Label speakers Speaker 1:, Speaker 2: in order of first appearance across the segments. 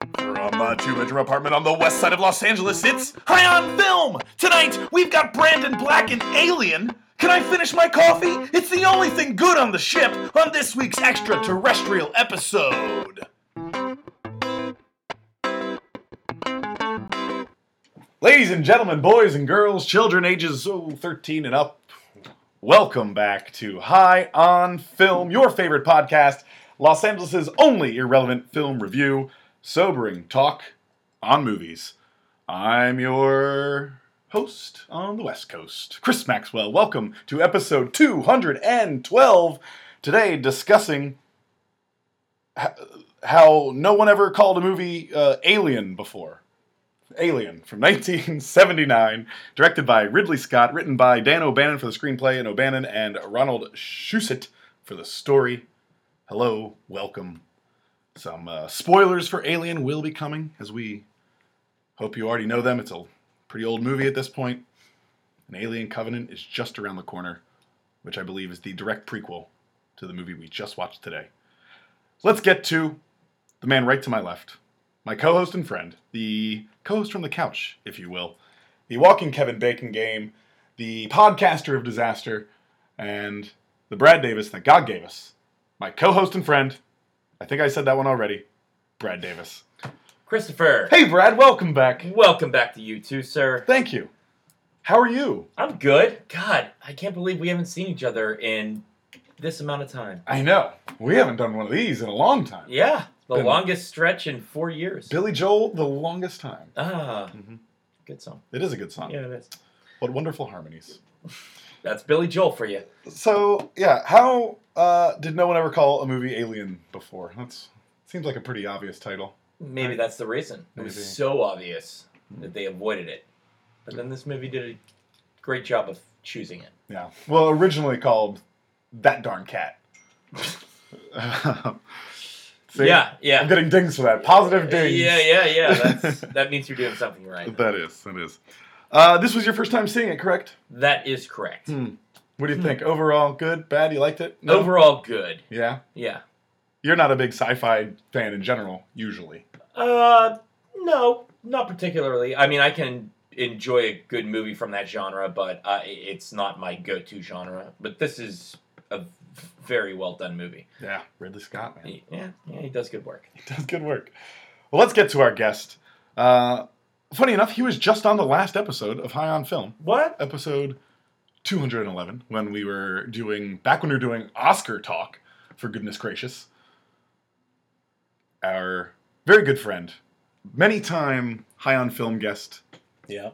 Speaker 1: a two-bedroom uh, apartment on the west side of Los Angeles. It's High on Film! Tonight, we've got Brandon Black and Alien. Can I finish my coffee? It's the only thing good on the ship on this week's extraterrestrial episode. Ladies and gentlemen, boys and girls, children ages oh, 13 and up, welcome back to High on Film, your favorite podcast, Los Angeles' only irrelevant film review, sobering talk on movies. I'm your host on the West Coast, Chris Maxwell. Welcome to episode 212. Today, discussing h- how no one ever called a movie uh, Alien before. Alien from 1979, directed by Ridley Scott, written by Dan O'Bannon for the screenplay, and O'Bannon and Ronald Shusett for the story. Hello, welcome. Some uh, spoilers for Alien will be coming, as we hope you already know them. It's a pretty old movie at this point. And Alien Covenant is just around the corner, which I believe is the direct prequel to the movie we just watched today. Let's get to the man right to my left, my co-host and friend, the co-host from the couch, if you will, the walking Kevin Bacon game, the podcaster of disaster, and the Brad Davis that God gave us. My co-host and friend, I think I said that one already, Brad Davis.
Speaker 2: Christopher,
Speaker 1: Hey, Brad, welcome back.
Speaker 2: welcome back to you too, sir.
Speaker 1: Thank you. How are you?
Speaker 2: I'm good. God, I can't believe we haven't seen each other in this amount of time.
Speaker 1: I know we haven't done one of these in a long time.
Speaker 2: Yeah, the
Speaker 1: Been-
Speaker 2: longest stretch in four years.
Speaker 1: Billy Joel, the longest time.
Speaker 2: Ah,
Speaker 1: Mhm.
Speaker 2: good song.
Speaker 1: It is a good song.
Speaker 2: Yeah, it is.
Speaker 1: What wonderful harmonies.
Speaker 2: That's Billy Joel for you.
Speaker 1: So yeah, how uh, did no one ever call a movie Alien before? That's seems like a pretty obvious title.
Speaker 2: Maybe that's the reason. It
Speaker 1: Maybe.
Speaker 2: was so obvious that they avoided it. But then this movie did a great job of choosing it.
Speaker 1: Yeah. Well, originally called That Darn Cat. See?
Speaker 2: Yeah, yeah.
Speaker 1: I'm getting dings for that. Positive dings.
Speaker 2: Yeah, yeah, yeah. That's, that means you're doing something right.
Speaker 1: That is. That is. Uh, this was your first time seeing it, correct?
Speaker 2: That is correct.
Speaker 1: Hmm. What do you think? Overall, good, bad? You liked it?
Speaker 2: Overall, good.
Speaker 1: Yeah.
Speaker 2: Yeah.
Speaker 1: You're not a big sci-fi fan in general, usually.
Speaker 2: Uh, no, not particularly. I mean, I can enjoy a good movie from that genre, but uh, i- it's not my go-to genre. But this is a very well done movie.
Speaker 1: Yeah. Ridley Scott, man.
Speaker 2: He- Yeah, yeah, he does good work.
Speaker 1: He does good work. Well, let's get to our guest. Uh, funny enough, he was just on the last episode of High on Film,
Speaker 2: What?
Speaker 1: episode 211, when we were doing, back when we were doing Oscar talk, for goodness gracious. Our very good friend, many time High on Film guest,
Speaker 3: Yeah.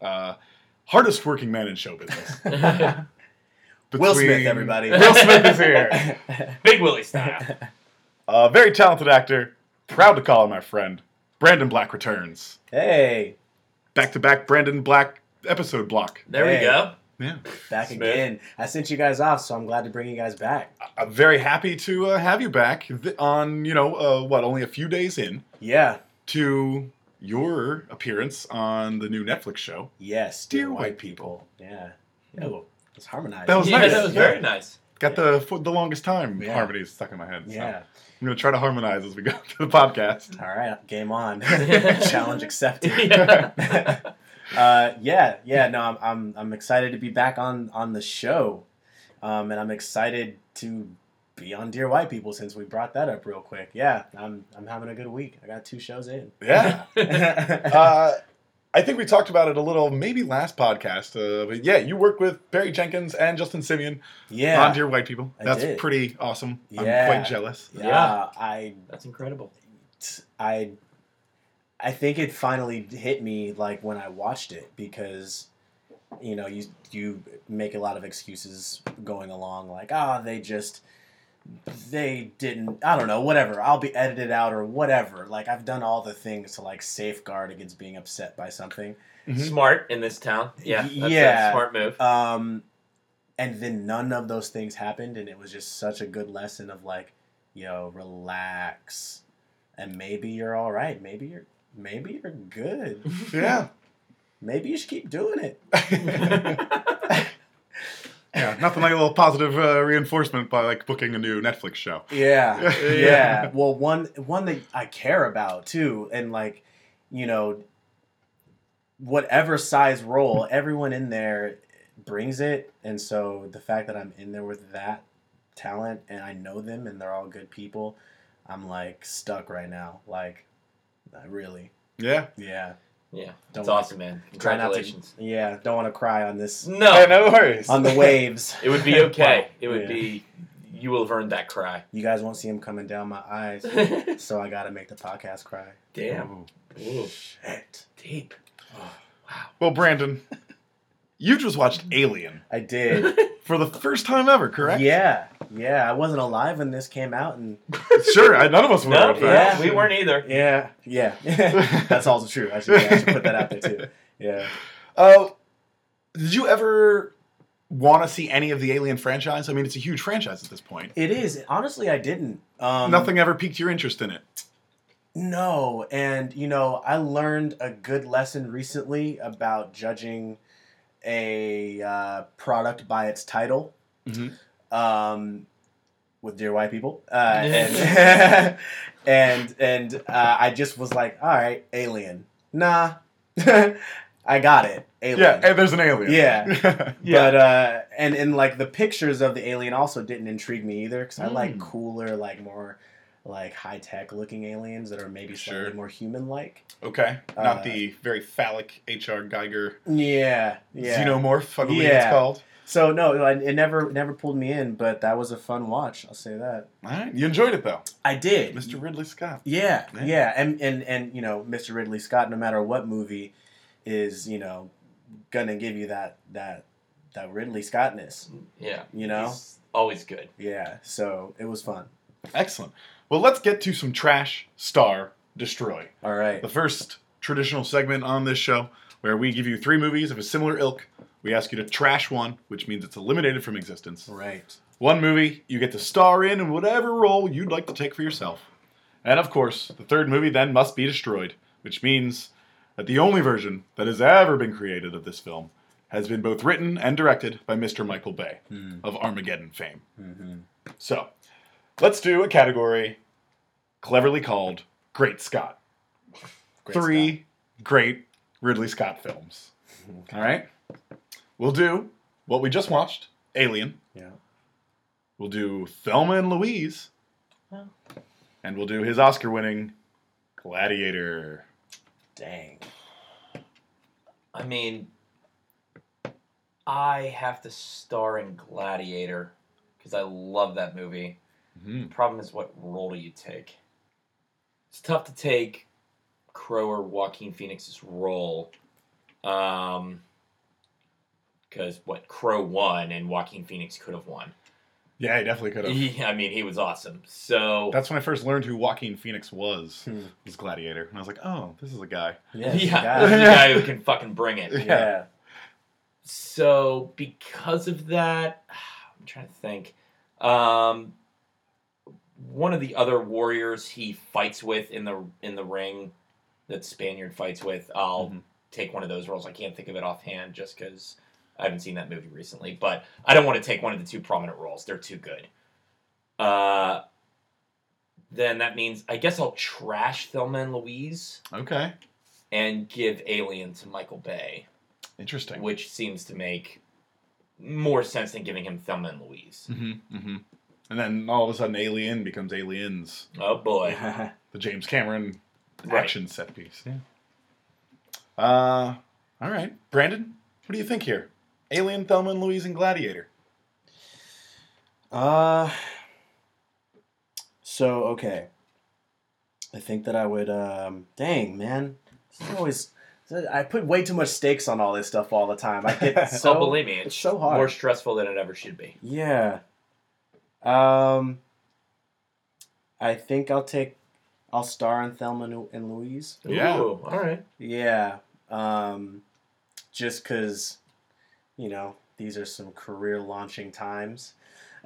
Speaker 1: uh, hardest working man in show business.
Speaker 3: Will Smith,
Speaker 1: Between-
Speaker 3: everybody.
Speaker 1: Will Smith is here.
Speaker 2: Big Willie style.
Speaker 1: A very talented actor. Proud to call him my friend. Brandon Black returns.
Speaker 3: hey,
Speaker 1: Back to back Brandon Black episode block.
Speaker 2: There
Speaker 3: Hey.
Speaker 2: we go.
Speaker 1: Yeah.
Speaker 3: back
Speaker 2: Smith.
Speaker 3: again. I sent you guys off, so I'm glad to bring you guys back.
Speaker 1: I'm very happy to uh, have you back th- on, you know, uh, what, only a few days in
Speaker 3: Yeah.
Speaker 1: to your appearance on the new Netflix show.
Speaker 3: Yes.
Speaker 1: Dear white people.
Speaker 3: Yeah.
Speaker 1: Yeah.
Speaker 3: Oh, let's harmonize.
Speaker 1: That was
Speaker 2: yeah,
Speaker 1: nice.
Speaker 2: that was
Speaker 1: Yeah.
Speaker 2: very nice.
Speaker 1: Got the for the longest time
Speaker 3: Yeah.
Speaker 1: harmony stuck in my head. so
Speaker 3: Yeah.
Speaker 1: I'm going to try to harmonize as we go through the podcast.
Speaker 3: All right. Game on. Challenge accepted.
Speaker 2: Yeah.
Speaker 3: Uh, yeah. Yeah. No, I'm, I'm I'm excited to be back on on the show, um, and I'm excited to be on Dear White People since we brought that up real quick. Yeah. I'm I'm having a good week. I got two shows in.
Speaker 1: Yeah. uh, I think we talked about it a little, maybe last podcast. Uh, but yeah, you work with Barry Jenkins and Justin Simeon
Speaker 3: yeah.
Speaker 1: on Dear White People.
Speaker 3: I
Speaker 1: That's
Speaker 3: did.
Speaker 1: pretty awesome.
Speaker 3: Yeah.
Speaker 1: I'm quite jealous.
Speaker 3: yeah.
Speaker 2: Yeah.
Speaker 3: Uh, I
Speaker 2: That's incredible.
Speaker 3: I I think it finally hit me like when I watched it because you know you you make a lot of excuses going along like ah they just they didn't I don't know whatever I'll be edited out or whatever like I've done all the things to like safeguard against being upset by something
Speaker 1: Mhm.
Speaker 2: Smart in this town. Yeah. That's
Speaker 3: Yeah.
Speaker 2: A smart move.
Speaker 3: um and then none of those things happened and it was just such a good lesson of like yo relax and maybe you're all right maybe you're maybe you're good
Speaker 1: Yeah.
Speaker 3: maybe you should keep doing it.
Speaker 1: Yeah, nothing like a little positive uh, reinforcement by like booking a new Netflix show.
Speaker 3: Yeah,
Speaker 1: Yeah.
Speaker 3: yeah. Well, one one that I care about too, and like, you know, whatever size role, everyone in there brings it, and so the fact that I'm in there with that talent and I know them and they're all good people, I'm like stuck right now. Like, I really,
Speaker 1: Yeah,
Speaker 3: yeah,
Speaker 2: Yeah,
Speaker 3: Don't
Speaker 2: that's
Speaker 3: worry.
Speaker 2: awesome, man.
Speaker 3: Try not to-
Speaker 2: Congratulations.
Speaker 3: yeah. Don't want to cry on this
Speaker 2: No,
Speaker 1: Hey, no worries.
Speaker 3: on the waves.
Speaker 2: it would be okay. It would
Speaker 3: Yeah.
Speaker 2: be. You will have earned that cry.
Speaker 3: You guys won't see them coming down my eyes, so I gotta make the podcast cry.
Speaker 2: Damn.
Speaker 1: Ooh.
Speaker 2: Ooh,
Speaker 3: Shit.
Speaker 2: deep. Wow.
Speaker 1: Well, Brandon, you just watched Alien
Speaker 3: I did.
Speaker 1: for the first time ever, correct?
Speaker 3: Yeah, yeah. I wasn't alive when this came out, and
Speaker 1: Sure. I, none of us were.
Speaker 2: No,
Speaker 1: in
Speaker 2: yeah,
Speaker 1: fact.
Speaker 2: we weren't either.
Speaker 3: yeah, yeah. That's also true. I should, yeah, I should put that out there too. Yeah.
Speaker 1: Uh, did you ever want to see any of the Alien franchise? I mean, it's a huge franchise at this point.
Speaker 3: It is honestly, I didn't. Um,
Speaker 1: Nothing ever piqued your interest in it.
Speaker 3: No, and you know, I learned a good lesson recently about judging a uh, product by its title.
Speaker 1: Mhm.
Speaker 3: Um, with dear white people, uh, and and and uh, I just was like, all right, Alien. Nah, I got it. Alien.
Speaker 1: Yeah, and there's an alien. Yeah.
Speaker 3: But uh, and and like the pictures of the alien also didn't intrigue me either because I like
Speaker 2: Mm.
Speaker 3: cooler, like more like high tech looking aliens that are maybe slightly
Speaker 1: Sure.
Speaker 3: more human like.
Speaker 1: okay.
Speaker 3: Uh,
Speaker 1: Not the very phallic H.R. Geiger
Speaker 3: Yeah, yeah.
Speaker 1: xenomorph, I believe it's
Speaker 3: Yeah.
Speaker 1: called.
Speaker 3: So no, I- it never it never pulled me in, but that was a fun watch. I'll say that.
Speaker 1: All right. You enjoyed it, though.
Speaker 3: I did,
Speaker 1: Mr. Ridley Scott.
Speaker 3: Yeah,
Speaker 1: Yeah.
Speaker 3: yeah, and and and you know, Mr. Ridley Scott, no matter what movie, is you know, gonna give you that that that Ridley Scottness.
Speaker 2: Yeah.
Speaker 3: You know.
Speaker 2: He's always good.
Speaker 3: Yeah, so it was fun.
Speaker 1: Excellent. Well, let's get to some trash, star, destroy.
Speaker 3: All right.
Speaker 1: The first traditional segment on this show where we give you three movies of a similar ilk. We ask you to trash one, which means it's eliminated from existence.
Speaker 3: Right.
Speaker 1: One movie you get to star in in whatever role you'd like to take for yourself. And of course, the third movie then must be destroyed, which means that the only version that has ever been created of this film has been both written and directed by Mr. Michael Bay of Armageddon fame.
Speaker 3: Mm-hmm.
Speaker 1: So, let's do a category cleverly called Great Scott. three great Ridley Scott films.
Speaker 3: Okay.
Speaker 1: All right. We'll do what we just watched Alien.
Speaker 3: Yeah.
Speaker 1: We'll do Thelma and Louise.
Speaker 2: Oh.
Speaker 1: And we'll do his Oscar winning Gladiator.
Speaker 3: Dang.
Speaker 2: I mean, I have to star in Gladiator because I love that movie.
Speaker 1: Mhm.
Speaker 2: The problem is, what role do you take? It's tough to take Crow or Joaquin Phoenix's role. Um, because what Crow won and Joaquin Phoenix could have won.
Speaker 1: Yeah, he definitely could have.
Speaker 2: He, I mean, he was awesome. So
Speaker 1: That's when I first learned who Joaquin Phoenix was.
Speaker 3: Hmm.
Speaker 1: Was Gladiator, and I was like, "Oh, this is a guy."
Speaker 3: Yeah.
Speaker 2: yeah,
Speaker 3: you got
Speaker 2: this
Speaker 3: it.
Speaker 2: is the guy who can fucking bring it.
Speaker 1: Yeah.
Speaker 3: yeah.
Speaker 2: so because of that i'm trying to think um one of the other warriors he fights with in the in the ring that spaniard fights with i'll
Speaker 1: Mhm.
Speaker 2: take one of those roles i can't think of it offhand just because i haven't seen that movie recently but i don't want to take one of the two prominent roles they're too good uh then that means i guess i'll trash thelma and louise
Speaker 1: Okay,
Speaker 2: and give alien to michael bay
Speaker 1: interesting.
Speaker 2: which seems to make more sense than giving him Thelma and Louise.
Speaker 1: hmm hmm And then all of a sudden, Alien becomes Aliens,
Speaker 2: Oh boy.
Speaker 1: the James Cameron
Speaker 2: Right.
Speaker 1: action set piece. Yeah. Uh, all right, Brandon, what do you think here? Alien, Thelma and Louise, and Gladiator.
Speaker 3: uh, so okay. I think that I would. Um, dang man, It's always. I put way too much stakes on all this stuff all the time. I get so.
Speaker 2: oh, believe me,
Speaker 3: it's
Speaker 2: it's
Speaker 3: so hard.
Speaker 2: more stressful than it ever should be.
Speaker 3: Yeah. Um. I think I'll take. I'll star in Thelma and- and Louise.
Speaker 1: Yeah.
Speaker 2: Ooh, all right.
Speaker 3: Yeah. Um, just because, you know, these are some career launching times.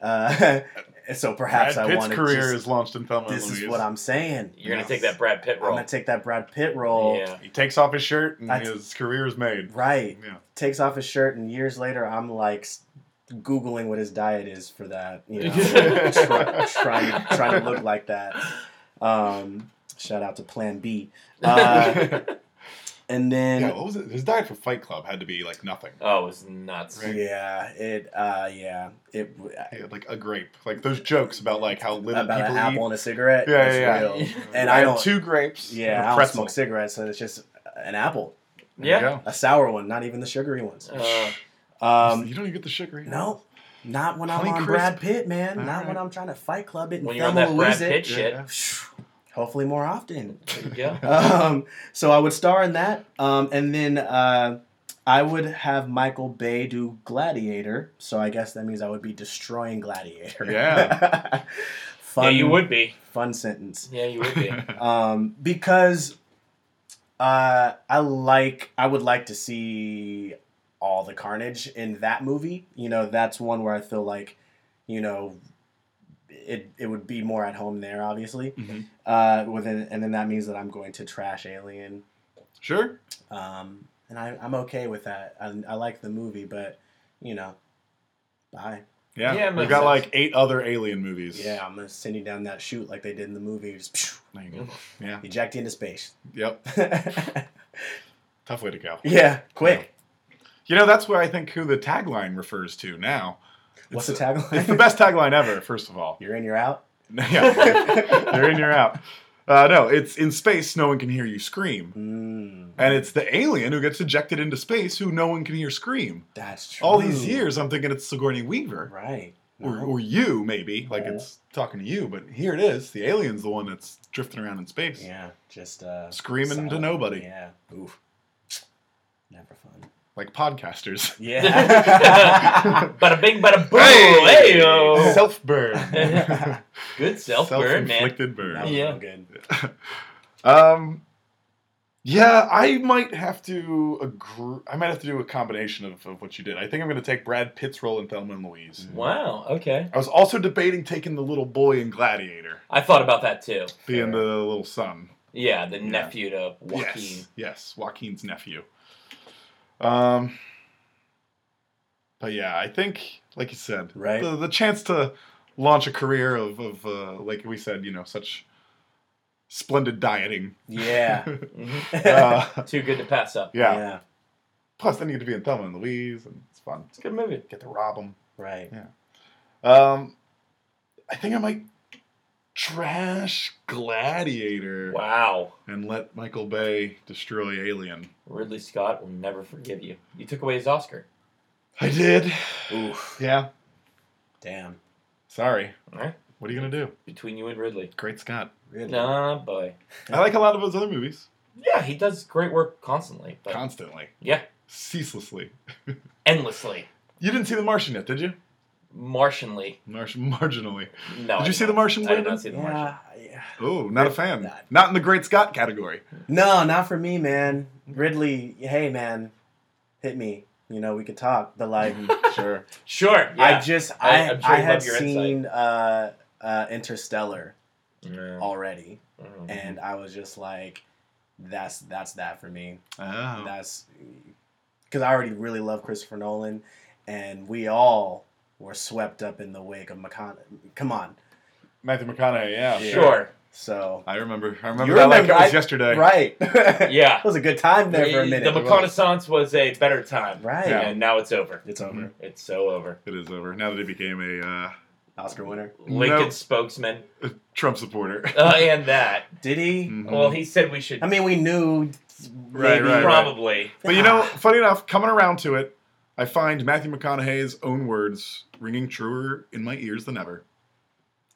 Speaker 3: Uh, so perhaps
Speaker 1: Brad
Speaker 3: I
Speaker 1: Pitt's
Speaker 3: want to.
Speaker 1: career is launched in Thelma
Speaker 3: this
Speaker 1: and Louise.
Speaker 3: is what I'm saying.
Speaker 2: You're gonna
Speaker 1: Yes.
Speaker 2: take that Brad Pitt
Speaker 3: I'm
Speaker 2: role.
Speaker 3: going to take that Brad Pitt role.
Speaker 2: Yeah.
Speaker 1: He takes off his shirt and
Speaker 3: That's-
Speaker 1: his career is made.
Speaker 3: Right.
Speaker 1: Yeah.
Speaker 3: Takes off his shirt, and years later, I'm like s- googling what his diet is for that. You know,
Speaker 1: Yeah.
Speaker 3: try, trying to, trying to look like that. Um, shout out to Plan B. Uh, and then
Speaker 1: yeah, what was it? His diet for Fight Club had to be like nothing.
Speaker 2: oh, it's nuts.
Speaker 1: Right.
Speaker 3: yeah, it uh, yeah it
Speaker 1: He had, like a grape. Like those jokes about like how little
Speaker 3: about
Speaker 1: people
Speaker 3: an
Speaker 1: eat.
Speaker 3: apple and a cigarette.
Speaker 1: Yeah,
Speaker 3: it's
Speaker 1: yeah,
Speaker 3: real.
Speaker 2: yeah.
Speaker 3: And
Speaker 1: I
Speaker 3: I
Speaker 1: had
Speaker 3: don't.
Speaker 1: two grapes. and a
Speaker 3: yeah, I don't
Speaker 1: pretzel.
Speaker 3: smoke cigarettes, so it's just an apple,
Speaker 1: There you
Speaker 2: Yeah.
Speaker 1: go.
Speaker 3: a sour one, not even the sugary ones.
Speaker 2: Uh,
Speaker 3: Um,
Speaker 1: you don't even get the sugary.
Speaker 3: no, not when I'm
Speaker 1: Honey
Speaker 3: on
Speaker 1: Crisp.
Speaker 3: Brad Pitt, man.
Speaker 1: All
Speaker 3: not
Speaker 1: right.
Speaker 3: when I'm trying to fight club it and
Speaker 2: when
Speaker 3: when
Speaker 2: you're on that Brad
Speaker 3: lose
Speaker 2: Pitt
Speaker 3: it.
Speaker 2: shit.
Speaker 1: Yeah.
Speaker 3: Hopefully, more often.
Speaker 2: There you go.
Speaker 3: um, so I would star in that, um, and then uh, I would have Michael Bay do Gladiator. So I guess that means I would be destroying Gladiator.
Speaker 1: Yeah.
Speaker 3: fun.
Speaker 2: Yeah, you would be.
Speaker 3: Fun sentence.
Speaker 2: Yeah, you would be.
Speaker 3: Um, because uh, I like, I would like to see all the carnage in that movie. You know, that's one where I feel like, you know, it it would be more at home there, obviously.
Speaker 1: Mhm.
Speaker 3: Uh, within, and then that means that I'm going to trash Alien
Speaker 1: Sure.
Speaker 3: um, and I, I'm okay with that. I, I like the movie, but you know, bye.
Speaker 1: Yeah.
Speaker 2: Yeah, it
Speaker 1: We've
Speaker 2: makes
Speaker 1: got
Speaker 2: sense.
Speaker 1: like eight other alien movies.
Speaker 3: Yeah, I'm gonna send you down that chute like they did in the movie. Just, phew,
Speaker 1: There you go. Yeah.
Speaker 3: eject you into space.
Speaker 1: Yep. Tough way to go.
Speaker 3: yeah, quick.
Speaker 1: You know, that's where I think who the tagline refers to now.
Speaker 3: What's
Speaker 1: It's
Speaker 3: the tagline?
Speaker 1: It's the best tagline ever, first of all.
Speaker 3: You're in, you're out.
Speaker 1: yeah, you're in, you're out. Uh, no, it's in space, no one can hear you scream.
Speaker 3: Mm,
Speaker 1: And it's the alien who gets ejected into space who no one can hear scream.
Speaker 3: that's true.
Speaker 1: All these years, I'm thinking it's Sigourney Weaver.
Speaker 3: right?
Speaker 1: Or,
Speaker 3: No.
Speaker 1: or you, maybe. Like
Speaker 3: Yeah.
Speaker 1: it's talking to you, but here it is. The alien's the one that's drifting around in space.
Speaker 3: yeah, just uh,
Speaker 1: Screaming to
Speaker 3: silent.
Speaker 1: nobody.
Speaker 3: Yeah, oof, never fun.
Speaker 1: Like podcasters.
Speaker 3: Yeah.
Speaker 2: bada bing, bada boom. Hey, yo.
Speaker 1: Self burn.
Speaker 3: that
Speaker 2: Good self burn, Oh. man.
Speaker 1: inflicted
Speaker 3: was
Speaker 1: burn.
Speaker 2: Yeah.
Speaker 3: no good.
Speaker 1: Um, yeah, I might have to agree. I might have to do a combination of, of what you did. I think I'm going to take Brad Pitt's role in Thelma and Louise.
Speaker 2: Mm. Wow. Okay.
Speaker 1: I was also debating taking the little boy in Gladiator,
Speaker 2: I thought about that too.
Speaker 1: being the little son.
Speaker 2: Yeah, the
Speaker 1: Yeah.
Speaker 2: nephew to Joaquin.
Speaker 1: Yes, yes, Joaquin's nephew. Um, but yeah, I think, like you said,
Speaker 3: Right.
Speaker 1: the, the chance to launch a career of, of uh, like we said, you know, such splendid dieting.
Speaker 3: Yeah.
Speaker 2: Mhm.
Speaker 1: Uh,
Speaker 2: Too good to pass up.
Speaker 1: yeah.
Speaker 3: yeah.
Speaker 1: Plus, then you get to be in Thelma and Louise, and it's fun.
Speaker 2: It's a good movie.
Speaker 1: Get to rob them.
Speaker 3: Right.
Speaker 1: Um, I think I might trash Gladiator
Speaker 2: Wow.
Speaker 1: and let Michael Bay destroy Alien.
Speaker 2: Ridley Scott will never forgive you. You took away his Oscar.
Speaker 1: I did.
Speaker 3: Oof.
Speaker 1: Yeah.
Speaker 3: Damn.
Speaker 1: Sorry.
Speaker 2: All right.
Speaker 1: What are you gonna do?
Speaker 2: Between you and Ridley.
Speaker 1: Great Scott.
Speaker 3: Really?
Speaker 2: Nah, boy.
Speaker 1: I like a lot of his other movies.
Speaker 2: Yeah, he does great work constantly, but
Speaker 1: Constantly.
Speaker 2: yeah,
Speaker 1: Ceaselessly.
Speaker 2: endlessly,
Speaker 1: You didn't see The Martian yet, did you?
Speaker 2: Martianly.
Speaker 1: Martian marginally.
Speaker 2: No.
Speaker 1: Did
Speaker 2: I
Speaker 1: you see
Speaker 2: not.
Speaker 1: The Martian,
Speaker 2: I did
Speaker 1: Brandon?
Speaker 2: not see the Martian.
Speaker 3: Yeah, yeah.
Speaker 1: Oh, not a fan. Not in the Great Scott category.
Speaker 3: No, not for me, man. Ridley, hey, man, hit me. You know, we could talk, but like,
Speaker 1: sure.
Speaker 2: Sure. Yeah.
Speaker 3: I just,
Speaker 2: I- I'm
Speaker 3: I, I,
Speaker 2: sure you love
Speaker 3: had
Speaker 2: your
Speaker 3: seen uh, uh, Interstellar
Speaker 2: Mm,
Speaker 3: already,
Speaker 2: mm.
Speaker 3: and I was just like, that's that's that for me.
Speaker 1: Oh.
Speaker 3: That's because I already really love Christopher Nolan, and we all were swept up in the wake of McCon. Come on,
Speaker 1: Matthew McConaughey, yeah.
Speaker 3: Yeah.
Speaker 2: Sure.
Speaker 3: so
Speaker 1: I remember. I remember
Speaker 3: You
Speaker 1: that like it
Speaker 3: remember,
Speaker 1: was
Speaker 3: I-
Speaker 1: yesterday.
Speaker 3: right, it
Speaker 2: Yeah.
Speaker 3: was a good time there for a
Speaker 2: The
Speaker 3: minute.
Speaker 2: reconnaissance was a better time.
Speaker 3: Right.
Speaker 1: Yeah.
Speaker 2: And now it's over.
Speaker 3: It's over.
Speaker 2: It's so over.
Speaker 1: It is over. Now that he became a uh,
Speaker 3: Oscar winner.
Speaker 2: Lincoln
Speaker 1: Nope.
Speaker 2: spokesman.
Speaker 1: Trump supporter.
Speaker 2: Uh, and that.
Speaker 3: Did he?
Speaker 1: Mhm.
Speaker 2: Well, he said we should
Speaker 3: I mean, we knew.
Speaker 1: Right,
Speaker 3: maybe- Ah,
Speaker 1: right, right.
Speaker 2: probably.
Speaker 1: But you know, funny enough, coming around to it, I find Matthew McConaughey's own words ringing truer in my ears than ever.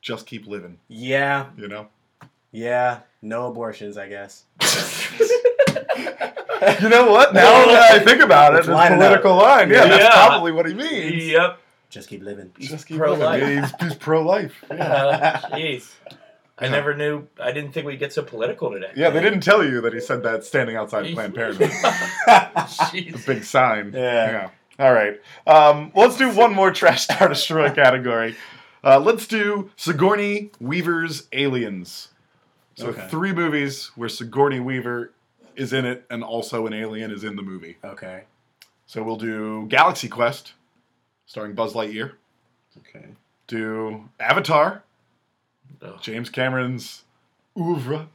Speaker 1: Just keep living,
Speaker 3: Yeah,
Speaker 1: you know.
Speaker 3: yeah. No abortions, I guess.
Speaker 1: You know what? Now that I think about it,
Speaker 3: It's
Speaker 1: this
Speaker 3: lining up.
Speaker 1: political line, yeah, that's
Speaker 2: Yeah.
Speaker 1: probably what he means.
Speaker 2: Yep.
Speaker 3: Just keep living.
Speaker 1: Just keep
Speaker 2: Pro-life.
Speaker 1: living. He's, he's pro-life. Yeah.
Speaker 2: Uh, Jeez. I
Speaker 1: Yeah.
Speaker 2: never knew. I didn't think we'd get so political today.
Speaker 1: yeah, they didn't tell you that he said that standing outside Planned Parenthood. the
Speaker 2: Jeez.
Speaker 1: big sign.
Speaker 3: Yeah.
Speaker 1: Yeah. All right. Um, let's do one more trash star destroy category. Uh, let's do Sigourney Weaver's Aliens. So
Speaker 3: Okay.
Speaker 1: three movies where Sigourney Weaver is in it, and also an alien is in the movie.
Speaker 3: okay.
Speaker 1: So we'll do Galaxy Quest, starring Buzz Lightyear,
Speaker 4: Okay.
Speaker 1: to Avatar,
Speaker 2: Ugh.
Speaker 1: James Cameron's oeuvre,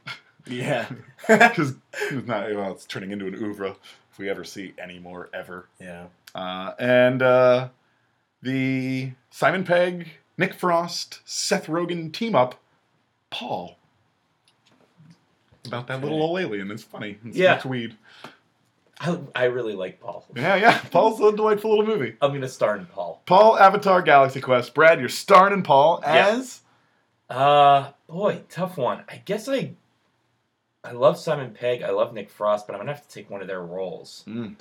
Speaker 3: Yeah.
Speaker 1: because it's not well, it's turning into an oeuvre if we ever see any more ever.
Speaker 3: yeah.
Speaker 1: Uh, and uh, the Simon Pegg, Nick Frost, Seth Rogen team up, Paul. About that little old alien. It's funny. It's
Speaker 2: Yeah.
Speaker 1: It's weed.
Speaker 2: I, I really like Paul.
Speaker 1: Yeah, yeah. Paul's a delightful little movie.
Speaker 2: I'm gonna star in Paul.
Speaker 1: Paul, Avatar, Galaxy Quest. Brad, you're starring in Paul
Speaker 2: Yeah.
Speaker 1: as.
Speaker 2: Uh boy, tough one. I guess I I love Simon Pegg, I love Nick Frost, but I'm gonna have to take one of their roles.
Speaker 1: Mm.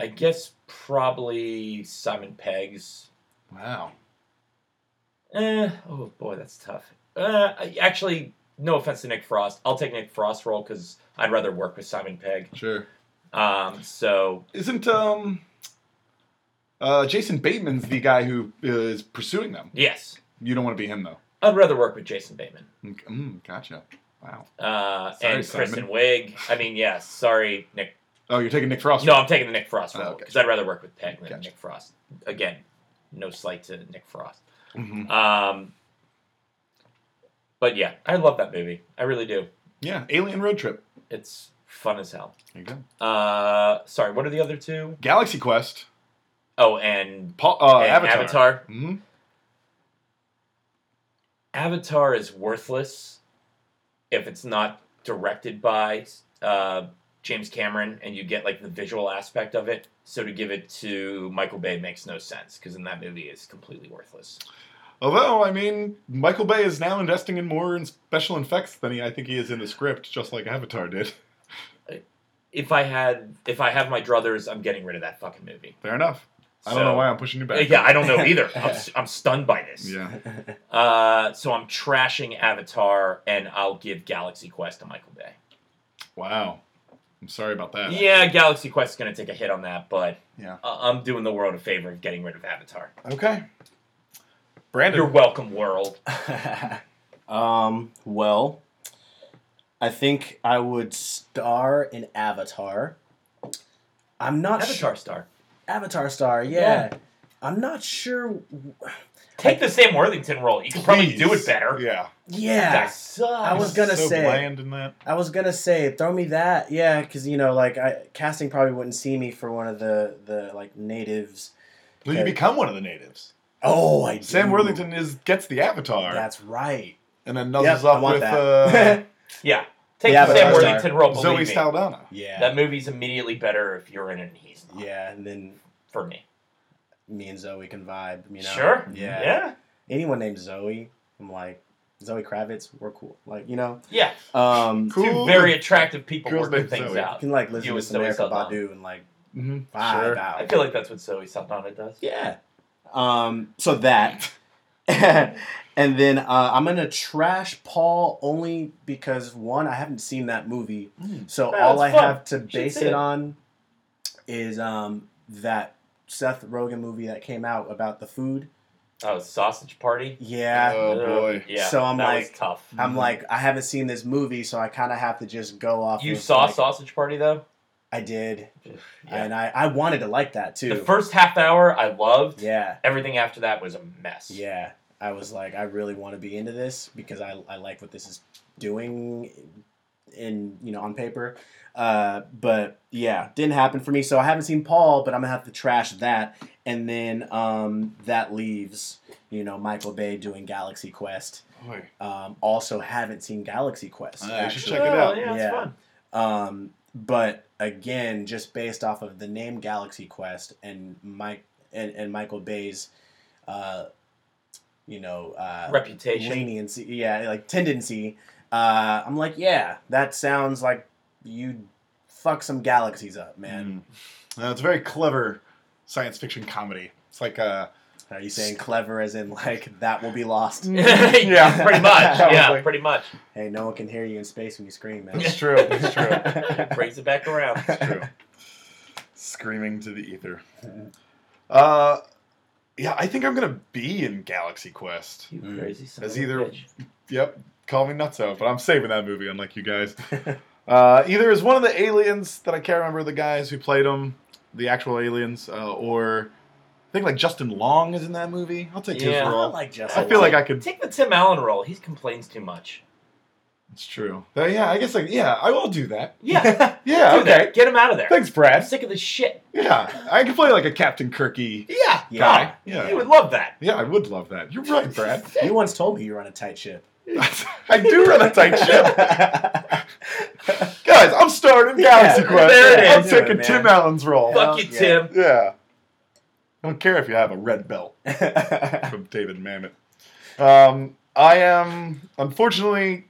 Speaker 2: I guess probably Simon Pegg's.
Speaker 1: Wow.
Speaker 2: Eh, oh boy, that's tough. Uh, I- actually, no offense to Nick Frost, I'll take Nick Frost's role because I'd rather work with Simon Pegg.
Speaker 1: Sure.
Speaker 2: Um, so
Speaker 1: Isn't um. Uh, Jason Bateman's the guy who is pursuing them.
Speaker 2: yes,
Speaker 1: You don't want to be him though.
Speaker 2: I'd rather work with Jason Bateman.
Speaker 1: Mm, gotcha. Wow.
Speaker 2: Uh,
Speaker 1: Sorry,
Speaker 2: and
Speaker 1: Simon.
Speaker 2: Kristen Wiig. I mean, yes. sorry, Nick
Speaker 1: Oh, you're taking Nick Frost.
Speaker 2: No, I'm taking the Nick Frost
Speaker 1: Oh,
Speaker 2: role
Speaker 1: okay.
Speaker 2: because I'd rather work with Peck than
Speaker 1: Gotcha.
Speaker 2: Nick Frost. Again, no slight to Nick Frost.
Speaker 1: Mhm.
Speaker 2: Um, but yeah, I love that movie. I really do.
Speaker 1: Yeah, Alien Road Trip.
Speaker 2: It's fun as hell.
Speaker 1: There you go.
Speaker 2: Uh, sorry, what are the other two?
Speaker 1: Galaxy Quest.
Speaker 2: Oh, and,
Speaker 1: Paul, uh,
Speaker 2: and
Speaker 1: Avatar.
Speaker 2: Avatar.
Speaker 1: hmm
Speaker 2: Avatar is worthless if it's not directed by uh, James Cameron and you get like the visual aspect of it. So to give it to Michael Bay makes no sense because in that movie it's completely worthless.
Speaker 1: Although, I mean, Michael Bay is now investing in more in special effects than he, I think he is in the script, just like Avatar did.
Speaker 2: if I had if I have my druthers, I'm getting rid of that fucking movie.
Speaker 1: Fair enough. I don't know
Speaker 2: So-
Speaker 1: why I'm pushing you
Speaker 2: Uh,
Speaker 1: back.
Speaker 2: Yeah, I don't know either. I'm, s- I'm stunned by this.
Speaker 1: Yeah.
Speaker 2: Uh, so I'm trashing Avatar, and I'll give Galaxy Quest to Michael Bay.
Speaker 1: Wow. I'm sorry about that.
Speaker 2: Yeah, Galaxy Quest is gonna take a hit on that, but
Speaker 1: Yeah.
Speaker 2: I- I'm doing the world a favor of getting rid of Avatar.
Speaker 1: Okay. Brandon.
Speaker 3: Oh,
Speaker 2: You're welcome, world.
Speaker 3: um, well, I think I would star in Avatar. I'm not Oh, sure.
Speaker 2: Avatar star.
Speaker 3: Avatar star, yeah. I'm not sure.
Speaker 2: Take the Sam Worthington role. You can probably do
Speaker 1: Please.
Speaker 2: it better.
Speaker 1: Yeah.
Speaker 3: Yeah.
Speaker 2: That sucks.
Speaker 3: I was gonna
Speaker 1: so
Speaker 3: say-
Speaker 1: bland in that.
Speaker 3: I was gonna say, throw me that, yeah, because you know, like, I casting probably wouldn't see me for one of the the like natives.
Speaker 1: Well, you
Speaker 3: Okay.
Speaker 1: become one of the natives.
Speaker 3: Oh, I
Speaker 1: Sam
Speaker 3: do.
Speaker 1: Worthington is gets the Avatar,
Speaker 3: That's right.
Speaker 1: and then
Speaker 3: Yep,
Speaker 1: nuzzles
Speaker 3: I
Speaker 1: up
Speaker 3: want
Speaker 1: with uh,
Speaker 3: that.
Speaker 2: Yeah. Take
Speaker 3: Yeah,
Speaker 1: Avatar
Speaker 2: the Sam
Speaker 1: star.
Speaker 2: Worthington role. Believe
Speaker 1: Zoe
Speaker 2: me.
Speaker 1: Saldana.
Speaker 3: yeah,
Speaker 2: That movie's immediately better if you're in it and he's not.
Speaker 3: yeah, and then
Speaker 2: For me.
Speaker 3: me and Zoe can vibe. You know,
Speaker 2: Sure.
Speaker 3: Yeah.
Speaker 2: Yeah.
Speaker 3: Anyone named Zoe, I'm like Zoe Kravitz. We're cool. Like you know,
Speaker 2: Yeah.
Speaker 3: um,
Speaker 1: Cool.
Speaker 2: Two very attractive people
Speaker 1: Girls
Speaker 2: working
Speaker 1: named
Speaker 2: things
Speaker 1: Zoe.
Speaker 3: you
Speaker 2: out.
Speaker 3: can like listen
Speaker 2: You
Speaker 3: to
Speaker 2: and
Speaker 3: some
Speaker 2: Zoe
Speaker 3: Erica
Speaker 2: Saldana.
Speaker 3: Badu and like
Speaker 1: Mhm.
Speaker 3: vibe
Speaker 1: Sure.
Speaker 2: I
Speaker 3: out.
Speaker 2: feel like that's what Zoe Saldana does.
Speaker 3: Yeah. Um. So that, and then uh, I'm gonna trash Paul only because one, I haven't seen that movie,
Speaker 1: Mm.
Speaker 3: so
Speaker 2: Yeah,
Speaker 3: all I
Speaker 2: Hmm. it's fun.
Speaker 3: have to
Speaker 2: should
Speaker 3: base
Speaker 2: see
Speaker 3: it
Speaker 2: it.
Speaker 3: on is um that Seth Rogen movie that came out about the food.
Speaker 2: Oh, sausage party.
Speaker 3: Yeah.
Speaker 1: Oh,
Speaker 2: Ugh,
Speaker 1: boy.
Speaker 2: Yeah.
Speaker 3: So I'm
Speaker 2: that
Speaker 3: like-
Speaker 2: was tough.
Speaker 3: I'm like I haven't seen this movie, so I kind of have to just go off.
Speaker 2: You
Speaker 3: of,
Speaker 2: saw
Speaker 3: like-
Speaker 2: sausage party though.
Speaker 3: I did,
Speaker 2: Yeah.
Speaker 3: and I I wanted to like that too.
Speaker 2: The first half hour I loved.
Speaker 3: yeah.
Speaker 2: Everything after that was a mess.
Speaker 3: Yeah, I was like, I really want to be into this because I, I like what this is doing in you know on paper. Uh, but yeah, didn't happen for me. So I haven't seen Paul, but I'm gonna have to trash that, and then um, that leaves you know Michael Bay doing Galaxy Quest.
Speaker 1: Boy.
Speaker 3: Um, also, haven't seen Galaxy Quest.
Speaker 1: Uh, you should
Speaker 3: actually.
Speaker 1: check it
Speaker 2: Well,
Speaker 1: out.
Speaker 2: Oh, Yeah, it's
Speaker 3: Yeah.
Speaker 2: fun.
Speaker 3: Um, but again, just based off of the name Galaxy Quest and Mike and, and Michael Bay's, uh, you know, uh,
Speaker 2: Reputation.
Speaker 3: leniency, yeah, like tendency. Uh, I'm like, yeah, that sounds like you fuck some galaxies up, man.
Speaker 1: Mm. Uh, it's a very clever science fiction comedy. It's like uh,
Speaker 3: Are you saying clever as in like that will be lost?
Speaker 1: Mm.
Speaker 2: yeah, pretty much.
Speaker 1: Probably.
Speaker 2: Yeah, pretty much.
Speaker 3: Hey, no one can hear you in space when you scream, man.
Speaker 1: It's true. It's true.
Speaker 2: Brings it back around.
Speaker 1: It's true. Screaming to the ether. Uh, yeah, I think I'm gonna be in Galaxy Quest.
Speaker 2: You
Speaker 3: Mm.
Speaker 2: crazy son
Speaker 1: As
Speaker 2: of a
Speaker 1: either-
Speaker 2: bitch.
Speaker 1: Yep, call me nutso, but I'm saving that movie, unlike you guys. Uh, either as one of the aliens that I can't remember the guys who played them, the actual aliens, uh, or I think like Justin Long is in that movie. I'll take his
Speaker 2: Yeah.
Speaker 3: I don't
Speaker 1: role.
Speaker 3: like Jessica.
Speaker 1: I feel like I could.
Speaker 2: Take the Tim Allen role. He complains too much.
Speaker 1: It's true. Uh, yeah, I guess like yeah, I will do that.
Speaker 2: Yeah.
Speaker 1: Yeah,
Speaker 2: do that.
Speaker 1: okay.
Speaker 2: Get him out of there.
Speaker 1: Thanks,
Speaker 2: I'm
Speaker 1: Brad.
Speaker 2: sick of this shit.
Speaker 1: Yeah, I could play like a Captain Kirky
Speaker 2: Yeah.
Speaker 3: Yeah.
Speaker 1: guy.
Speaker 2: You
Speaker 1: Yeah,
Speaker 2: would love that.
Speaker 1: yeah, I would love that. You're right, Brad.
Speaker 3: you once told me you run a tight ship.
Speaker 1: I do run a tight ship, guys. I'm starting Galaxy
Speaker 3: Yeah,
Speaker 1: Quest.
Speaker 2: there it
Speaker 1: I'm
Speaker 3: is.
Speaker 1: taking
Speaker 3: Do it,
Speaker 1: Tim
Speaker 3: man.
Speaker 1: Allen's role.
Speaker 3: Hell
Speaker 2: Fuck you,
Speaker 3: yeah.
Speaker 2: Tim.
Speaker 1: Yeah. I don't care if you have a red belt from David Mamet. Um, I am, unfortunately,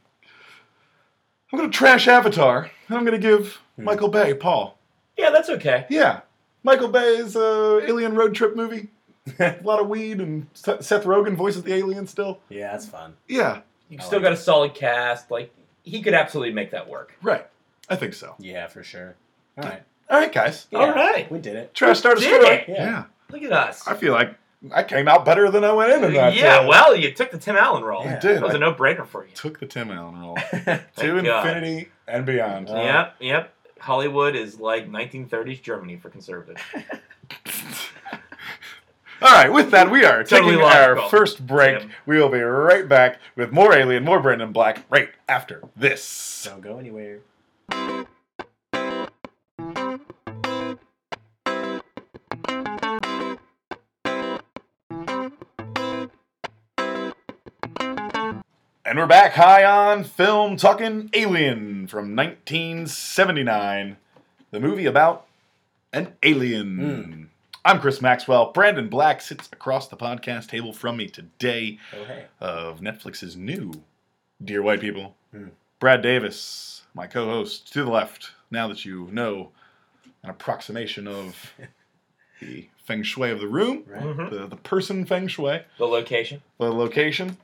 Speaker 1: I'm going to trash Avatar, and I'm going to give
Speaker 3: Hmm.
Speaker 1: Michael Bay Paul.
Speaker 2: Yeah, that's okay.
Speaker 1: Yeah. Michael Bay's uh, alien road trip movie. a lot of weed, and Seth Seth Rogen voices the alien still.
Speaker 3: yeah, that's fun.
Speaker 1: Yeah,
Speaker 2: You
Speaker 3: I
Speaker 2: have still
Speaker 3: like
Speaker 2: got
Speaker 3: it.
Speaker 2: a solid cast. Like he could absolutely make that work.
Speaker 1: right. I think so.
Speaker 3: Yeah, for sure. All right,
Speaker 1: All right, guys.
Speaker 3: Yeah.
Speaker 2: All right.
Speaker 3: we did it.
Speaker 1: Trash started
Speaker 2: Did
Speaker 1: destroy.
Speaker 2: it.
Speaker 1: Yeah.
Speaker 3: Yeah.
Speaker 2: Look at us.
Speaker 1: I feel like I came out better than I went in. in that,
Speaker 2: yeah,
Speaker 1: uh,
Speaker 2: well, you took the Tim Allen role.
Speaker 1: I
Speaker 3: Yeah.
Speaker 1: did.
Speaker 2: That was
Speaker 1: I
Speaker 2: a no-brainer for you.
Speaker 1: took the Tim Allen role to
Speaker 2: Thank God.
Speaker 1: infinity and beyond.
Speaker 3: Uh,
Speaker 2: yep, yep. Hollywood is like 1930s Germany for conservatives.
Speaker 1: All right, with that, we are
Speaker 2: Totally
Speaker 1: taking our
Speaker 2: logical.
Speaker 1: first break.
Speaker 2: Tim.
Speaker 1: We will be right back with more Alien, more Brandon Black right after this.
Speaker 3: Don't go anywhere.
Speaker 1: And we're back high on film talking Alien from 1979, the movie about an alien. I'm Chris Maxwell. Brandon Black sits across the podcast table from me today
Speaker 3: Oh hey.
Speaker 1: of Netflix's new Dear White People.
Speaker 3: Mm.
Speaker 1: Brad Davis, my co host, to the left, now that you know an approximation of the feng shui of the room,
Speaker 3: Right.
Speaker 2: Mhm.
Speaker 1: the, the person feng shui
Speaker 2: The location.
Speaker 1: the location.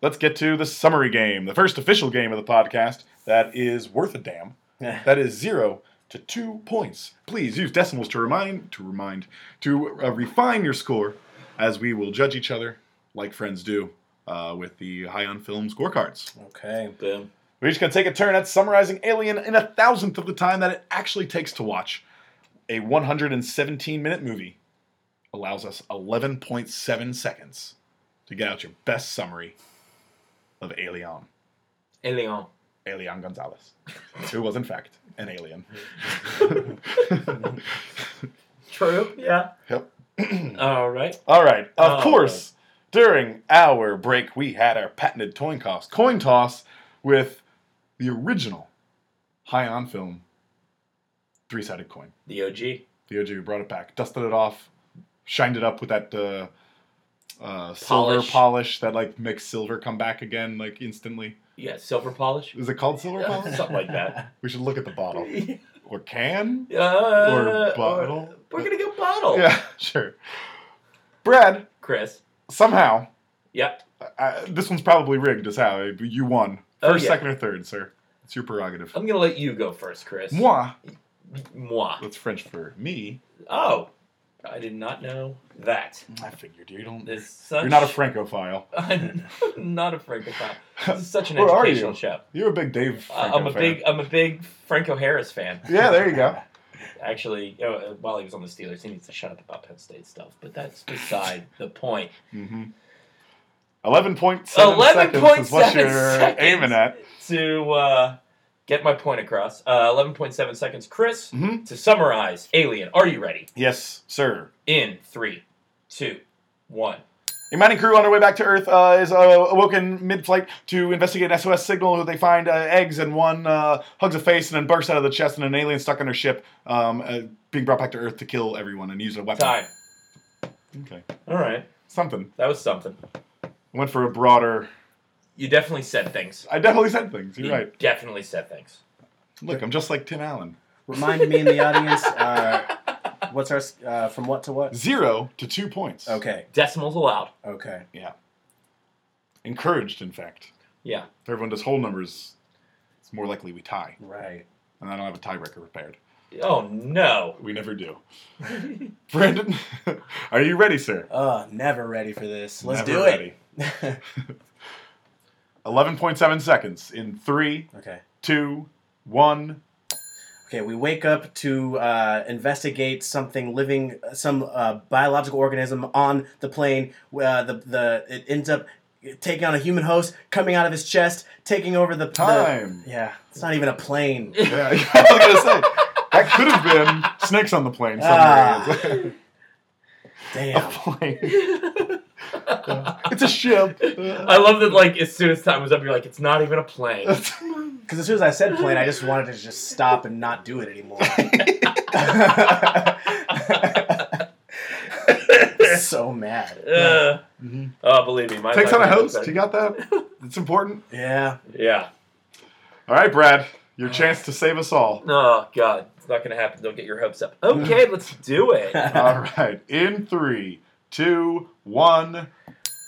Speaker 1: Let's get to the summary game, the first official game of the podcast that is worth a damn. That is zero to two points. Please use decimals to remind to remind to uh, refine your score, as we will judge each other like friends do uh, with the high on film scorecards.
Speaker 3: okay.
Speaker 2: Boom.
Speaker 1: We're each gonna take a turn at summarizing Alien in a thousandth of the time that it actually takes to watch. A 117 minute movie allows us 11.7 seconds to get out your best summary of Alien.
Speaker 2: And Leon.
Speaker 1: Alien Gonzalez, who was in fact an alien.
Speaker 2: True. Yeah.
Speaker 1: Yep.
Speaker 2: All right.
Speaker 1: All right. Of
Speaker 2: Oh,
Speaker 1: course, during our break, we had our patented coin toss, coin toss with the original high on film three sided coin.
Speaker 2: The OG.
Speaker 1: The OG brought it back, dusted it off, shined it up with that uh, uh, silver
Speaker 2: Polish.
Speaker 1: polish that like makes silver come back again like instantly.
Speaker 2: Yeah, silver polish.
Speaker 1: Is it called silver polish?
Speaker 2: Something like that.
Speaker 1: We should look at the bottle
Speaker 2: Uh,
Speaker 1: or can
Speaker 2: or
Speaker 1: or bottle.
Speaker 2: We're gonna go bottle.
Speaker 1: Yeah, sure. Brad,
Speaker 2: Chris.
Speaker 1: somehow
Speaker 2: Yep.
Speaker 1: I, this one's probably rigged as how you won
Speaker 2: Oh,
Speaker 1: first,
Speaker 2: yeah. Oh,
Speaker 1: second, or third, sir. It's your prerogative.
Speaker 2: I'm gonna let you go first, Chris.
Speaker 1: Moi,
Speaker 2: Moi.
Speaker 1: that's French for me.
Speaker 2: Oh, I did not know that.
Speaker 1: I figured you don't.
Speaker 2: This is such,
Speaker 1: You're not a Francophile.
Speaker 2: I'm not a Francophile. This is such an
Speaker 1: Where are
Speaker 2: educational
Speaker 1: you?
Speaker 2: show.
Speaker 1: You're a big Dave.
Speaker 2: Uh,
Speaker 1: Franco
Speaker 2: I'm a
Speaker 1: fan.
Speaker 2: big I'm a big Franco Harris fan.
Speaker 1: Yeah, there you go.
Speaker 2: Actually, you know, uh, while he was on the Steelers, he needs to shut up about Penn State stuff. But that's beside the point.
Speaker 1: Mm-hmm. Eleven point seven seconds is what
Speaker 2: 11.7
Speaker 1: you're
Speaker 2: seconds.
Speaker 1: aiming at.
Speaker 2: To uh, get my point across, uh, 11.7 seconds, Chris.
Speaker 1: Mm-hmm.
Speaker 2: To summarize, Alien, are you ready?
Speaker 1: Yes, sir.
Speaker 2: In three, two, one.
Speaker 1: A mining crew on their way back to Earth uh, is uh, awoken mid-flight to investigate an SOS signal. They find uh, eggs, and one uh, hugs a face and then bursts out of the chest, and an alien stuck on her ship, um, uh, being brought back to Earth to kill everyone and use a weapon.
Speaker 2: Time.
Speaker 1: Okay,
Speaker 2: All right,
Speaker 1: something.
Speaker 2: that was something.
Speaker 1: I went for a broader.
Speaker 2: You definitely said things.
Speaker 1: I definitely said things. You're
Speaker 2: You
Speaker 1: right.
Speaker 2: definitely said things.
Speaker 1: Look, I'm just like Tim Allen.
Speaker 3: Remind me in the audience. Uh, what's our s- uh, from what to what?
Speaker 1: Zero to two points.
Speaker 3: Okay.
Speaker 2: Decimals allowed.
Speaker 3: Okay.
Speaker 1: Encouraged, in fact.
Speaker 2: Yeah.
Speaker 1: If everyone does whole numbers, it's more likely we tie,
Speaker 3: Right.
Speaker 1: and I don't have a tiebreaker prepared.
Speaker 2: Oh no.
Speaker 1: We never do. Brandon, are you ready, sir?
Speaker 3: Oh, never ready for this. Let's
Speaker 1: Never
Speaker 3: do
Speaker 1: ready.
Speaker 3: it.
Speaker 1: 11.7 seconds in three,
Speaker 3: okay.
Speaker 1: two, one.
Speaker 3: Okay, we wake up to uh, investigate something living, some uh, biological organism on the plane. Uh, the the it ends up taking on a human host, coming out of his chest, taking over the the-
Speaker 1: Time.
Speaker 3: yeah, it's not even a plane.
Speaker 1: Yeah, I was gonna say that could have been snakes on the plane
Speaker 3: Ah.
Speaker 1: somewhere.
Speaker 3: Damn.
Speaker 1: plane. it's a ship.
Speaker 2: I love that. Like as soon as time was up, you're like, it's not even a plane.
Speaker 3: Because as soon as I said plane, I just wanted to just stop and not do it anymore. so mad.
Speaker 2: Uh,
Speaker 1: Mhm.
Speaker 2: oh, believe me, my
Speaker 1: Takes
Speaker 2: life
Speaker 1: on a
Speaker 2: is
Speaker 1: host.
Speaker 2: better.
Speaker 1: You got that? It's important.
Speaker 3: Yeah.
Speaker 2: Yeah.
Speaker 1: All right, Brad, your chance to save us all.
Speaker 2: Oh God, it's not gonna happen. Don't get your hopes up. Okay, let's do it.
Speaker 1: All right, in three, two, one.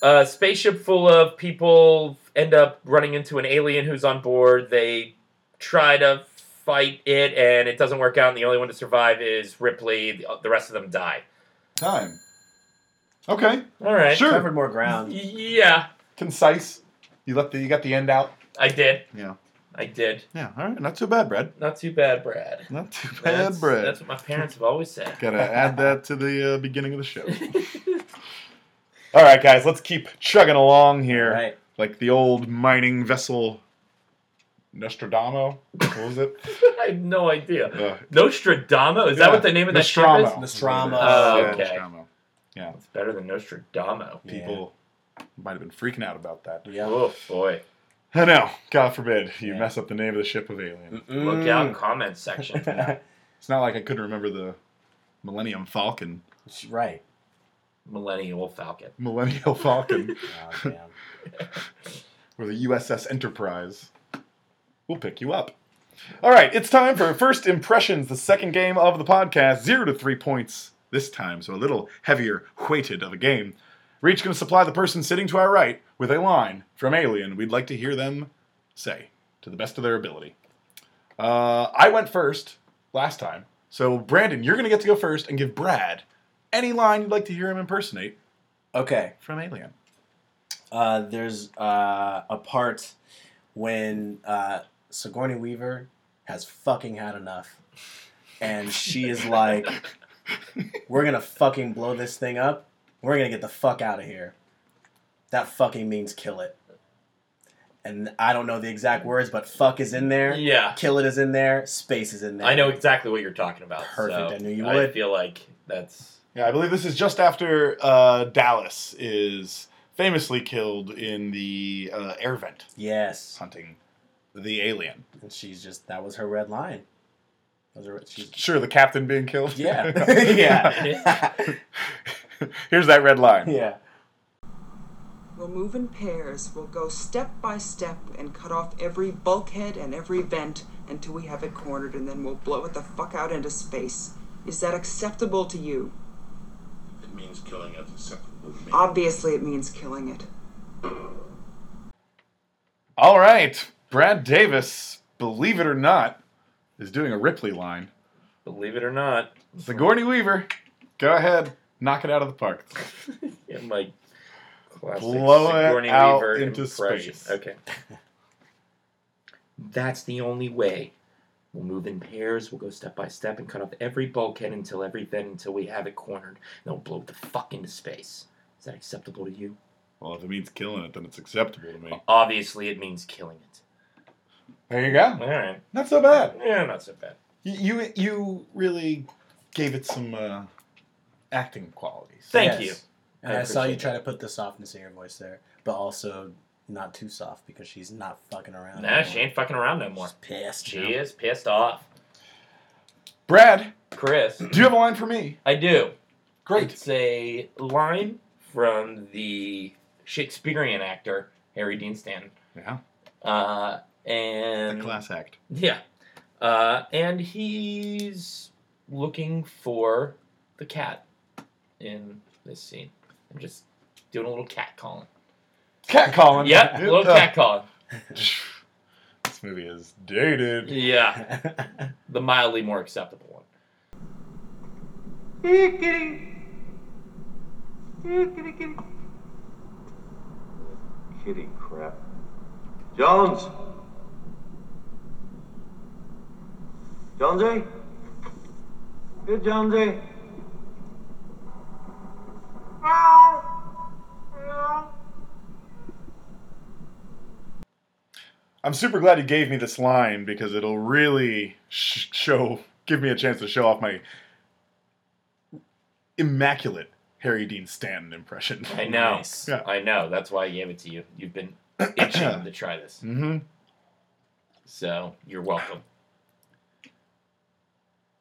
Speaker 2: A spaceship full of people end up running into an alien who's on board. They try to fight it, and it doesn't work out. And the only one to survive is Ripley. The, uh, the rest of them die.
Speaker 1: Time. Okay,
Speaker 2: All right.
Speaker 1: Sure.
Speaker 3: Covered more ground.
Speaker 2: Yeah,
Speaker 1: concise. You left the you got the end out.
Speaker 2: I did.
Speaker 1: Yeah.
Speaker 2: I did.
Speaker 1: Yeah. All right, not too bad, Brad.
Speaker 2: Not too bad, Brad.
Speaker 1: Not too bad,
Speaker 2: That's,
Speaker 1: Brad.
Speaker 2: that's what my parents have always said.
Speaker 1: Gotta add that to the uh, beginning of the show. All right, guys, let's keep chugging along here,
Speaker 3: Right.
Speaker 1: like the old mining vessel Nostradamo. What was it?
Speaker 2: I have no idea.
Speaker 1: Uh,
Speaker 2: Nostradamus? Is that
Speaker 1: yeah,
Speaker 2: what the name of that
Speaker 1: Nostromo.
Speaker 2: ship is?
Speaker 3: Nostromo.
Speaker 2: Oh,
Speaker 1: Yeah,
Speaker 2: okay.
Speaker 1: Nostromo. Yeah,
Speaker 2: It's better than Nostradamo.
Speaker 3: Yeah.
Speaker 1: people might have been freaking out about that.
Speaker 3: Yeah.
Speaker 2: Oh boy.
Speaker 1: I know. God forbid you
Speaker 3: Yeah.
Speaker 1: mess up the name of the ship of Alien.
Speaker 2: Look out in comments section.
Speaker 3: Mm.
Speaker 1: It's not like I couldn't remember the Millennium Falcon,
Speaker 3: right.
Speaker 2: Millennial Falcon.
Speaker 1: Millennial Falcon,
Speaker 3: Oh, damn.
Speaker 1: or the USS Enterprise. We'll pick you up. All right, it's time for First Impressions, the second game of the podcast. Zero to three points this time, so a little heavier weighted of a game. We're each going to supply the person sitting to our right with a line from Alien we'd like to hear them say to the best of their ability. Uh, I went first last time, so Brandon, you're going to get to go first and give Brad any line you'd like to hear him impersonate
Speaker 3: Okay.
Speaker 1: from Alien.
Speaker 3: Uh, there's uh, a part when uh, Sigourney Weaver has fucking had enough, and she is like, "We're gonna fucking blow this thing up. We're gonna get the fuck out of here." That fucking means kill it. And I don't know the exact words, but fuck is in there.
Speaker 2: Yeah.
Speaker 3: Kill it is in there. Space is in there.
Speaker 2: I know exactly what you're talking about.
Speaker 3: Perfect,
Speaker 2: so
Speaker 3: I knew you
Speaker 2: I
Speaker 3: would.
Speaker 2: feel like that's
Speaker 1: Yeah, I believe this is just after uh, Dallas is famously killed in the uh, air vent
Speaker 3: Yes.
Speaker 1: hunting the alien.
Speaker 3: And she's just that was her red line. That was her, she's,
Speaker 1: Sure, the captain being killed.
Speaker 3: yeah. yeah.
Speaker 1: Here's that red line.
Speaker 3: yeah.
Speaker 4: We'll move in pairs. We'll go step by step and cut off every bulkhead and every vent until we have it cornered, and then we'll blow it the fuck out into space. Is that acceptable to you?
Speaker 5: It means killing is acceptable to me.
Speaker 4: Obviously, it means killing it.
Speaker 1: All right, Brad Davis, believe it or not, is doing a Ripley line.
Speaker 2: believe it or not.
Speaker 1: Sigourney Weaver, go ahead, knock it out of the park.
Speaker 2: in my classic
Speaker 1: Blow it
Speaker 2: Sigourney
Speaker 1: out
Speaker 2: Weaver
Speaker 1: into
Speaker 2: impression.
Speaker 1: space.
Speaker 2: Okay. That's the only way. We'll move in pairs. We'll go step by step and cut off every bulkhead until every vent until we have it cornered. Then we'll blow it the fuck into space. Is that acceptable to you?
Speaker 1: Well, if it means killing it, then it's acceptable to me.
Speaker 2: Obviously, it means killing it.
Speaker 1: There you go.
Speaker 2: All right.
Speaker 1: Not so bad.
Speaker 2: Yeah, not so bad.
Speaker 1: You you, you really gave it some uh, acting qualities.
Speaker 2: Thank you.
Speaker 3: And
Speaker 2: I
Speaker 3: I, saw you
Speaker 2: appreciate
Speaker 3: try to put the softness in your voice there, but also not too soft because she's not fucking around.
Speaker 2: Nah, she
Speaker 3: anymore.
Speaker 2: ain't fucking around no more.
Speaker 3: She's pissed.
Speaker 2: She is pissed off.
Speaker 1: Brad,
Speaker 2: Chris,
Speaker 1: do you have a line for me?
Speaker 2: I do.
Speaker 1: Great.
Speaker 2: It's a line from the Shakespearean actor Harry Dean Stanton.
Speaker 1: Yeah.
Speaker 2: Uh, and
Speaker 1: act.
Speaker 2: yeah, uh, and he's looking for the cat in this scene. I'm just doing a little cat calling.
Speaker 1: Cat calling.
Speaker 2: Yep, little cat calling.
Speaker 1: This movie is dated.
Speaker 2: Yeah, the mildly more acceptable one.
Speaker 5: Kitty crap. Jones! Jonesy? Here, Jonesy.
Speaker 1: I'm super glad you gave me this line because it'll really sh- show, give me a chance to show off my immaculate Harry Dean Stanton impression.
Speaker 2: I know.
Speaker 3: Nice.
Speaker 1: Yeah.
Speaker 2: I know. That's why I gave it to you. You've been itching to try this.
Speaker 1: Mm-hmm.
Speaker 2: So you're welcome.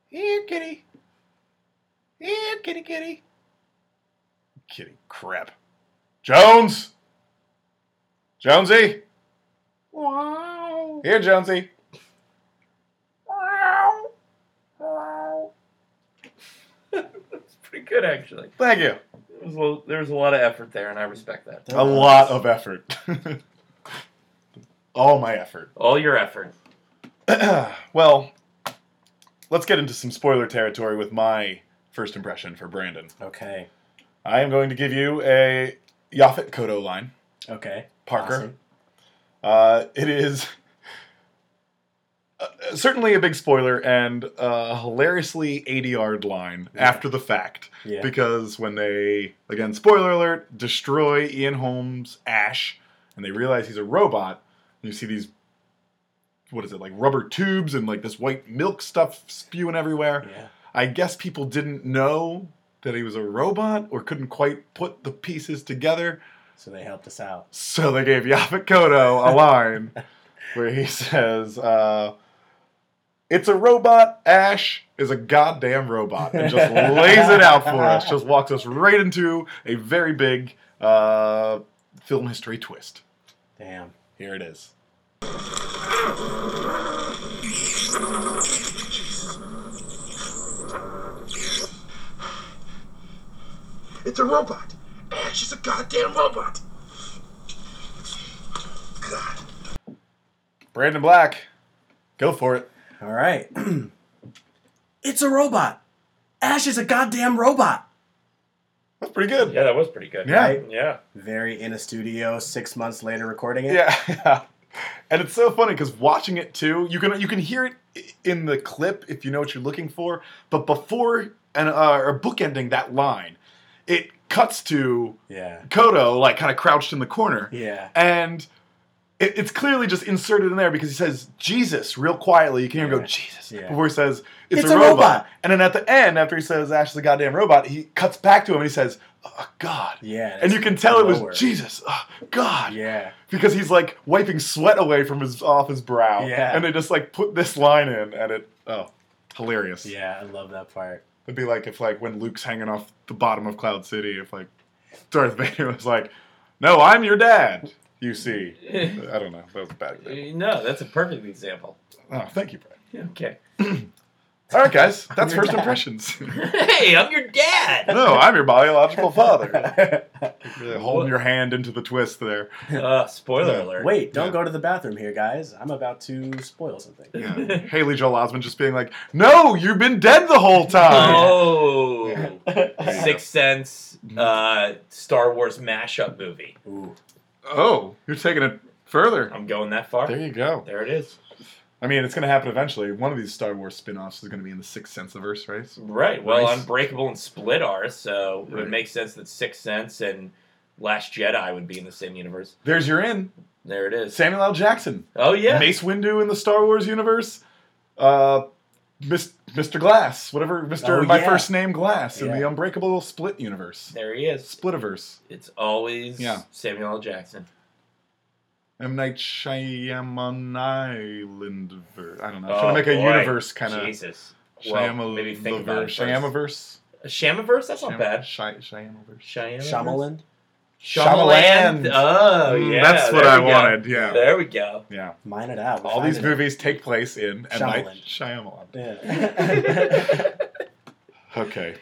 Speaker 1: Here, kitty. Here, kitty, kitty. Kitty crap. Jones! Jonesy! Wow. Here, Jonesy. Wow. Wow.
Speaker 2: It's pretty good, actually.
Speaker 1: Thank you.
Speaker 2: There was, a, lo- there was a lot of effort there, and I respect that.
Speaker 1: A lot of effort. All my effort.
Speaker 2: All your effort.
Speaker 1: well, let's get into some spoiler territory with my first impression for Brandon.
Speaker 3: Okay.
Speaker 1: I am going to give you a Yaphet Kodo line.
Speaker 3: Okay.
Speaker 1: Parker.
Speaker 3: Awesome.
Speaker 1: Uh, it is uh, certainly a big spoiler and a hilariously 80 yard line
Speaker 3: Yeah.
Speaker 1: after the fact.
Speaker 3: Yeah.
Speaker 1: Because when they, again, spoiler alert, destroy Ian Holmes' ash and they realize he's a robot, and you see these, what is it, like rubber tubes and like this white milk stuff spewing everywhere.
Speaker 3: yeah.
Speaker 1: I guess people didn't know that he was a robot or couldn't quite put the pieces together.
Speaker 3: So they helped us out.
Speaker 1: So they gave Yaphet Kotto a line where he says, uh, It's a robot. Ash is a goddamn robot. And just lays it out for us. Just walks us right into a very big uh, film history twist.
Speaker 3: Damn.
Speaker 1: Here it is.
Speaker 5: It's a robot. Ash is a goddamn robot. God.
Speaker 1: Brandon Black, go for it.
Speaker 3: All right. it's a robot. Ash is a goddamn robot.
Speaker 1: That's pretty good.
Speaker 2: Yeah, that was pretty good.
Speaker 1: Yeah.
Speaker 3: Right?
Speaker 2: Yeah.
Speaker 3: Very in a studio. Six months later, recording it.
Speaker 1: Yeah, yeah. And it's so funny because watching it too, you can you can hear it i- in the clip if you know what you're looking for. But before and uh, or bookending that line, it cuts to
Speaker 3: Yeah.
Speaker 1: Kodo like kind of crouched in the corner,
Speaker 3: Yeah.
Speaker 1: and it, it's clearly just inserted in there because he says Jesus real quietly. You can hear him
Speaker 3: Yeah.
Speaker 1: go Jesus
Speaker 3: Yeah.
Speaker 1: before he says it's,
Speaker 3: It's
Speaker 1: a,
Speaker 3: a
Speaker 1: robot.
Speaker 3: robot.
Speaker 1: And then at the end, after he says Ash is a goddamn robot, he cuts back to him and he says oh, God.
Speaker 3: Yeah.
Speaker 1: And you can tell it
Speaker 3: lower.
Speaker 1: was Jesus, oh, God
Speaker 3: Yeah.
Speaker 1: because he's like wiping sweat away from his off his brow.
Speaker 3: Yeah.
Speaker 1: And they just like put this line in and it oh hilarious.
Speaker 3: Yeah. I love that part.
Speaker 1: It'd be like if like when Luke's hanging off the bottom of Cloud City, if like Darth Vader was like, No, I'm your dad, you see. I don't know. That was a bad example.
Speaker 2: no, that's a perfect example.
Speaker 1: Oh, thank you, Brian.
Speaker 2: Okay.
Speaker 1: All right, guys. That's
Speaker 3: your
Speaker 1: first
Speaker 3: dad.
Speaker 1: impressions.
Speaker 2: hey, I'm your dad.
Speaker 1: no, I'm your biological father. Really holding
Speaker 2: What?
Speaker 1: your hand into the twist there.
Speaker 2: Uh, spoiler
Speaker 1: Yeah.
Speaker 2: alert.
Speaker 3: Wait, don't
Speaker 1: Yeah.
Speaker 3: go to the bathroom here, guys. I'm about to spoil something.
Speaker 1: Yeah. Haley Joel Osment just being like, No, you've been dead the whole time.
Speaker 2: Oh.
Speaker 1: There you go.
Speaker 2: Sixth Sense, uh, Star Wars mashup movie.
Speaker 3: Ooh.
Speaker 1: Oh, you're taking it further.
Speaker 2: I'm going that far.
Speaker 1: There you go.
Speaker 2: There it is.
Speaker 1: I mean, it's going to happen eventually. One of these Star Wars spin-offs is going to be in the Sixth Sense verse, right? So-
Speaker 2: Right. Well,
Speaker 1: Nice.
Speaker 2: Unbreakable and Split are, so
Speaker 1: Right.
Speaker 2: it would make sense that Sixth Sense and Last Jedi would be in the same universe.
Speaker 1: There's your in.
Speaker 2: There it is.
Speaker 1: Samuel L. Jackson,
Speaker 2: Oh yeah.
Speaker 1: Mace Windu in the Star Wars universe, uh, Mis- Mr. Glass, whatever Mr.
Speaker 3: Oh,
Speaker 1: My
Speaker 3: yeah.
Speaker 1: First Name Glass in
Speaker 3: Yeah.
Speaker 1: the Unbreakable Split universe,
Speaker 2: There he is.
Speaker 1: Splitiverse,
Speaker 2: It's always
Speaker 1: Yeah.
Speaker 2: Samuel L. Jackson.
Speaker 1: M Night Shyamalan Islandverse. I don't know. I'm
Speaker 2: Oh,
Speaker 1: trying to make a
Speaker 2: boy.
Speaker 1: universe kind of
Speaker 2: Jesus. Well, maybe think about it first.
Speaker 1: Shyamalaverse.
Speaker 2: A Shamiverse? That's not bad.
Speaker 1: Shy- Shyamalaverse.
Speaker 2: Shyamalan.
Speaker 3: Shyamalan?
Speaker 2: Shyamalan.
Speaker 1: Shyamalan.
Speaker 2: Oh
Speaker 1: Mm,
Speaker 2: yeah.
Speaker 1: that's what
Speaker 2: there
Speaker 1: I
Speaker 2: we go.
Speaker 1: wanted. Yeah,
Speaker 2: There we go.
Speaker 1: yeah.
Speaker 3: Mine it out. We're
Speaker 1: All these
Speaker 3: finding
Speaker 1: movies take place in M. Night Shyamalan.
Speaker 3: it.
Speaker 1: Okay.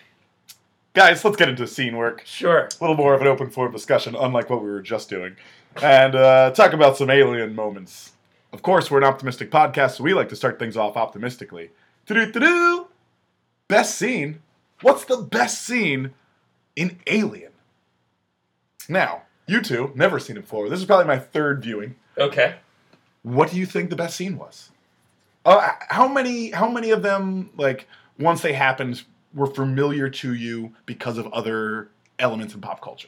Speaker 1: Guys, let's get into scene work.
Speaker 2: Sure.
Speaker 1: A little more of an open forum discussion, unlike what we were just doing. And uh, talk about some alien moments. Of course, we're an optimistic podcast, so we like to start things off optimistically. Do-do-do-do! Best scene. What's the best scene in Alien? Now, you two, never seen it before. This is probably my third viewing.
Speaker 2: Okay.
Speaker 1: What do you think the best scene was? Uh, how many? How many of them? Like once they happened, were familiar to you because of other elements in pop culture.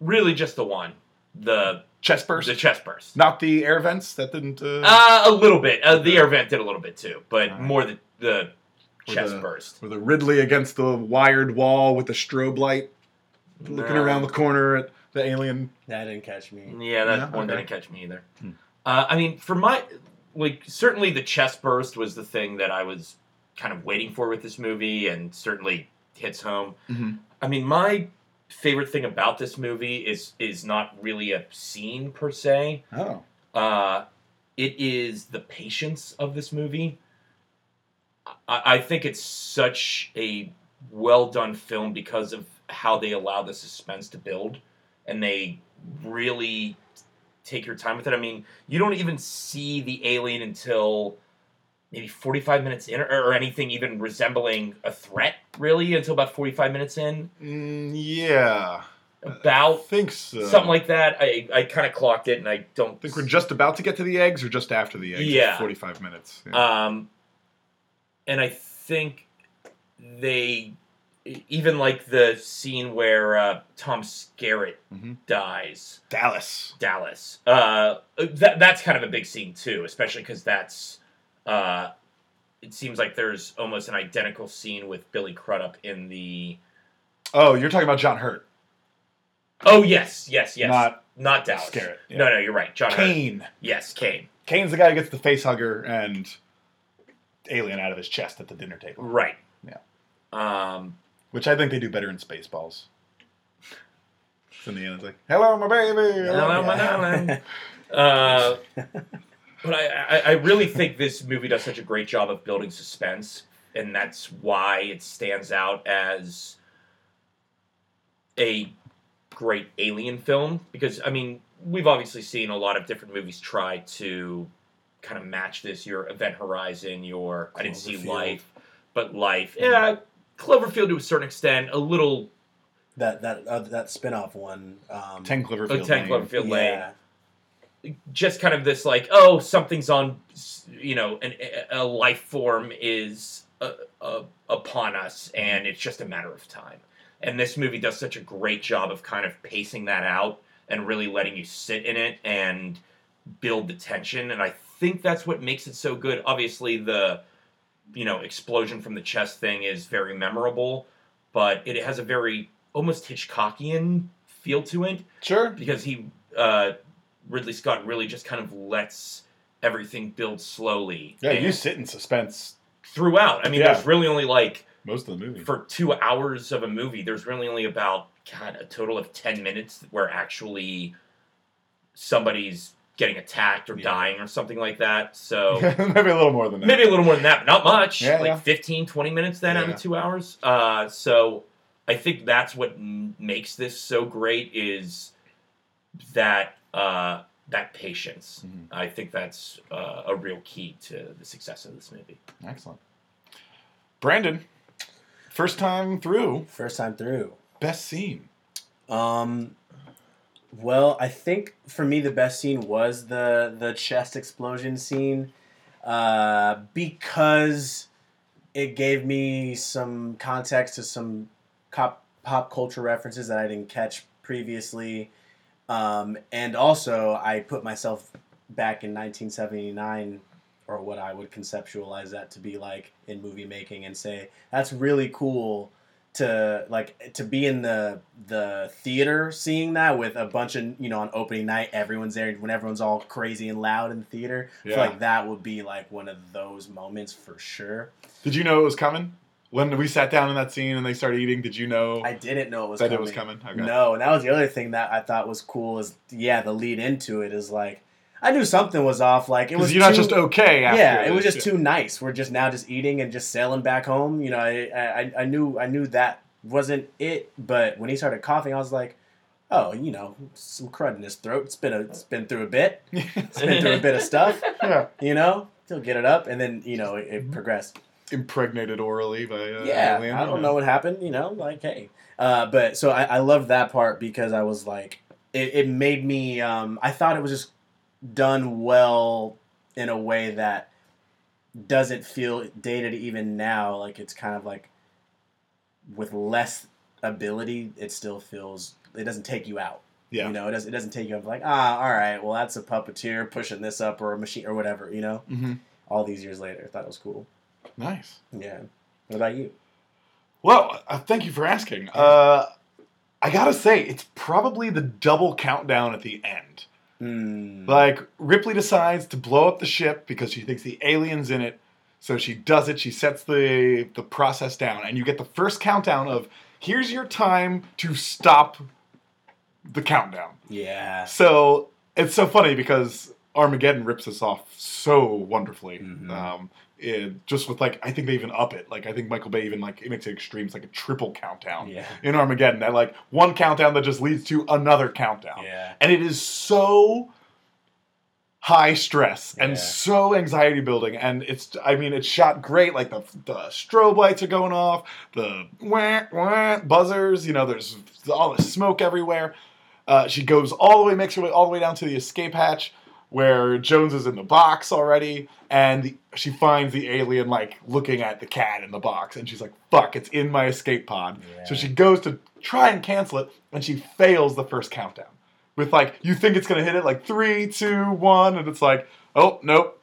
Speaker 2: Really, just the one, the
Speaker 1: Chest burst,
Speaker 2: the chest burst.
Speaker 1: not the air vents that didn't. Uh,
Speaker 2: Uh, a little bit. Uh, the air vent did a little bit too, but
Speaker 1: Alright.
Speaker 2: more the the chest
Speaker 1: the-
Speaker 2: burst.
Speaker 1: or the Ridley against the wired wall with the strobe light, looking
Speaker 2: No.
Speaker 1: around the corner at the alien.
Speaker 3: That didn't catch me.
Speaker 2: Yeah, that
Speaker 1: Yeah,
Speaker 2: one
Speaker 1: okay.
Speaker 2: didn't catch me either.
Speaker 1: Hmm.
Speaker 2: Uh, I mean, for my like, certainly the chest burst was the thing that I was kind of waiting for with this movie, and certainly hits home.
Speaker 1: Mhm.
Speaker 2: I mean, my favorite thing about this movie is is not really a scene per se.
Speaker 1: Oh,
Speaker 2: Uh, it is the patience of this movie. I, I think it's such a well done film because of how they allow the suspense to build, and they really take your time with it. I mean, you don't even see the alien until maybe 45 minutes in, or, or anything even resembling a threat, really, until about 45 minutes in.
Speaker 1: Mm, yeah, I
Speaker 2: About
Speaker 1: think Uh, so.
Speaker 2: something like that. I, I kind of clocked it, and I don't
Speaker 1: I think we're just about to get to the eggs, or just after the eggs.
Speaker 2: Yeah.
Speaker 1: forty-five minutes. Yeah.
Speaker 2: Um, and I think they e, even like the scene where uh, Tom Skerritt
Speaker 1: Mhm.
Speaker 2: dies,
Speaker 1: Dallas.
Speaker 2: Dallas. Uh, that that's kind of a big scene too, especially because that's. Uh, it seems like there's almost an identical scene with Billy Crudup in the.
Speaker 1: Oh, you're talking about John Hurt,
Speaker 2: Oh yes, yes, yes.
Speaker 1: not
Speaker 2: Not Dallas.
Speaker 1: Skerritt, yeah.
Speaker 2: No, no, you're right. John. Hurt.
Speaker 1: Kane.
Speaker 2: Yes, Kane.
Speaker 1: Kane's the guy who gets the face hugger and alien out of his chest at the dinner table,
Speaker 2: Right.
Speaker 1: Yeah.
Speaker 2: Um,
Speaker 1: which I think they do better in Spaceballs. And the alien's like, "Hello, my baby."
Speaker 2: Hello, my darling. Uh, but I, I, I really think this movie does such a great job of building suspense, and that's why it stands out as a great alien film. Because I mean, we've obviously seen a lot of different movies try to kind of match this. Your Event Horizon, your I didn't see
Speaker 3: Cloverfield.
Speaker 2: life, but life, yeah, Cloverfield to a certain extent, a little
Speaker 3: That that uh, that spin-off one. Um,
Speaker 1: Ten Cloverfield.
Speaker 2: a
Speaker 1: Lane.
Speaker 2: tank Oh, Cloverfield Lane.
Speaker 3: yeah,
Speaker 2: just kind of this like oh something's on you know an, a life form is uh, uh, upon us and it's just a matter of time and this movie does such a great job of kind of pacing that out and really letting you sit in it and build the tension and i think that's what makes it so good obviously the you know explosion from the chest thing is very memorable but it has a very almost hitchcockian feel to it
Speaker 1: Sure.
Speaker 2: because he uh, Ridley Scott really just kind of lets everything build slowly.
Speaker 1: Yeah, you
Speaker 2: and
Speaker 1: sit in suspense
Speaker 2: throughout. I mean,
Speaker 1: Yeah.
Speaker 2: there's really only like
Speaker 1: most of the movie.
Speaker 2: for two hours of a movie, there's really only about God a total of ten minutes where actually somebody's getting attacked or
Speaker 3: Yeah.
Speaker 2: dying or something like that. So
Speaker 1: maybe a little more than that.
Speaker 2: maybe a little more than that, but not much.
Speaker 1: Yeah,
Speaker 2: like
Speaker 1: yeah.
Speaker 2: 15, 20 minutes then out
Speaker 1: Yeah.
Speaker 2: of two hours. Uh, so I think that's what m- makes this so great is that uh, that patience.
Speaker 1: Mhm.
Speaker 2: I think that's uh, a real key to the success of this movie.
Speaker 1: Excellent. Brandon, first time through,
Speaker 3: First time through.
Speaker 1: best scene.
Speaker 3: Um, well, I think for me the best scene was the the chest explosion scene, uh, because it gave me some context to some cop, pop culture references that I didn't catch previously, um, and also I put myself back in 1979 or what I would conceptualize that to be like in movie making and say that's really cool to like to be in the the theater seeing that with a bunch of you know on opening night everyone's there when everyone's all crazy and loud in the theater I
Speaker 1: Yeah.
Speaker 3: feel like that would be like one of those moments for sure
Speaker 1: Did you know it was coming? When we sat down in that scene and they started eating, did you know
Speaker 3: I didn't know it was
Speaker 1: that
Speaker 3: coming.
Speaker 1: it was coming? Okay.
Speaker 3: No, and that was the other thing that I thought was cool is yeah, the lead into it is like I knew something was off. Like it was
Speaker 1: Because you're not
Speaker 3: too-
Speaker 1: just okay after
Speaker 3: yeah, it was
Speaker 1: this,
Speaker 3: just too nice. We're just now just eating and just sailing back home. You know, I, I I knew I knew that wasn't it, but when he started coughing, I was like, oh, you know, some crud in his throat. It's been a, it's been through a bit. It's been through a bit of stuff.
Speaker 1: yeah.
Speaker 3: You know, he'll get it up, and then you know it,
Speaker 1: Mm-hmm.
Speaker 3: it progressed
Speaker 1: Impregnated orally by uh,
Speaker 3: yeah,
Speaker 1: alien,
Speaker 3: I
Speaker 1: yeah.
Speaker 3: don't know what happened, you know, like hey. Uh, but so I, I loved that part because I was like, it, it made me. Um, I thought it was just done well in a way that doesn't feel dated even now. Like it's kind of like with less ability, it still feels it doesn't take you out.
Speaker 1: Yeah.
Speaker 3: You know, it doesn't it doesn't take you out like, ah, all right, well that's a puppeteer pushing this up or a machine or whatever, you know?
Speaker 1: Mm-hmm.
Speaker 3: All these years later. I thought it was cool.
Speaker 1: Nice.
Speaker 3: Yeah. What about you?
Speaker 1: Well, uh, thank you for asking. Uh, I gotta say, it's probably the double countdown at the end.
Speaker 3: Mm.
Speaker 1: Like, Ripley decides to blow up the ship because she thinks the alien's in it. So she does it, she sets the, the process down, and you get the first countdown of here's your time to stop the countdown.
Speaker 3: Yeah.
Speaker 1: So it's so funny because Armageddon rips this off so wonderfully.
Speaker 3: Mhm.
Speaker 1: Um, it, just with like, I think they even up it. Like, I think Michael Bay even like it makes it extreme. It's like a triple countdown
Speaker 3: Yeah.
Speaker 1: in Armageddon. That like one countdown that just leads to another countdown,
Speaker 3: Yeah.
Speaker 1: and it is so high stress
Speaker 3: Yeah.
Speaker 1: and so anxiety building. And it's, I mean, it's shot great. Like the the strobe lights are going off, the wah, wah, buzzers. You know, there's all the smoke everywhere. Uh, she goes all the way, makes her way all the way down to the escape hatch where Jones is in the box already, and the, she finds the alien like looking at the cat in the box, and she's like, "Fuck, it's in my escape pod." So
Speaker 3: Yeah.
Speaker 1: she goes to try and cancel it, and she fails the first countdown with like you think it's gonna hit it like three, two, one, and it's like, oh nope.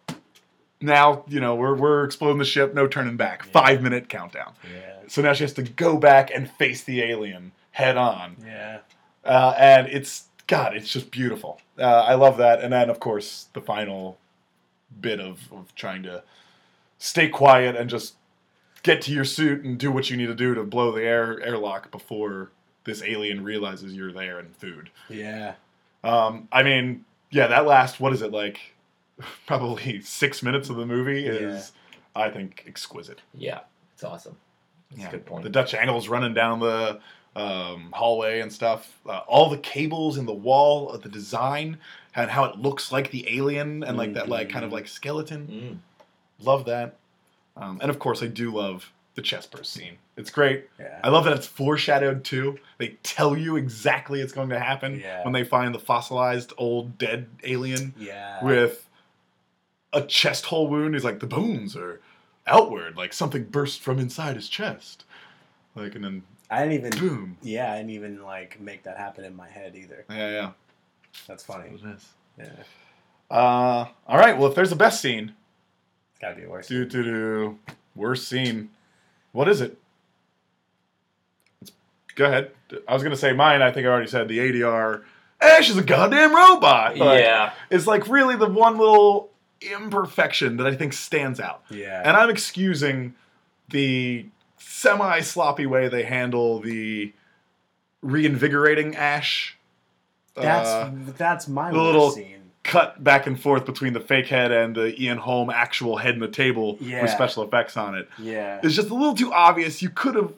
Speaker 1: Now you know we're we're exploding the ship, no turning back.
Speaker 3: Yeah.
Speaker 1: Five minute countdown.
Speaker 3: Yeah.
Speaker 1: So now she has to go back and face the alien head on
Speaker 3: Yeah.
Speaker 1: uh, and it's God, it's just beautiful. Uh, I love that, and then of course the final bit of, of trying to stay quiet and just get to your suit and do what you need to do to blow the air airlock before this alien realizes you're there and food.
Speaker 3: Yeah.
Speaker 1: Um, I mean, yeah, that last what is it like? Probably six minutes of the movie is, I think, exquisite.
Speaker 2: Yeah, it's awesome. That's
Speaker 1: Yeah.
Speaker 2: a good point.
Speaker 1: The Dutch angle's running down the um, hallway and stuff. Uh, all the cables in the wall of the design and how it looks like the alien and like that like kind
Speaker 3: Mm-hmm.
Speaker 1: of like skeleton.
Speaker 2: Mm.
Speaker 1: Love that. Um, and of course, I do love the chess burst scene. It's great. I
Speaker 3: Yeah.
Speaker 1: love that it's foreshadowed too. They tell you exactly it's going to happen
Speaker 3: Yeah.
Speaker 1: when they find the fossilized old dead alien
Speaker 3: Yeah.
Speaker 1: with a chest hole wound. He's like, the bones are outward, like something burst from inside his chest. Like, and then
Speaker 3: I didn't even
Speaker 1: boom.
Speaker 3: Yeah, I didn't even like make that happen in my head either.
Speaker 1: Yeah, yeah.
Speaker 3: That's funny.
Speaker 1: That's what it is.
Speaker 3: Yeah.
Speaker 1: Uh, all right. Well, if there's a best scene,
Speaker 3: It's gotta be worse.
Speaker 1: do do do, worst scene. What is it? Go ahead. I was gonna say mine. I think I already said the ADR. Ash is a goddamn robot. Like,
Speaker 2: yeah,
Speaker 1: It's like really the one little imperfection that I think stands out.
Speaker 3: Yeah.
Speaker 1: And I'm excusing the semi sloppy way they handle the reinvigorating Ash.
Speaker 3: that's
Speaker 1: uh,
Speaker 3: that's my
Speaker 1: the
Speaker 3: worst
Speaker 1: little-
Speaker 3: scene.
Speaker 1: cut back and forth between the fake head and the Ian Holm actual head in the table
Speaker 3: Yeah.
Speaker 1: with special effects on it.
Speaker 3: Yeah.
Speaker 1: It's just a little too obvious. You could have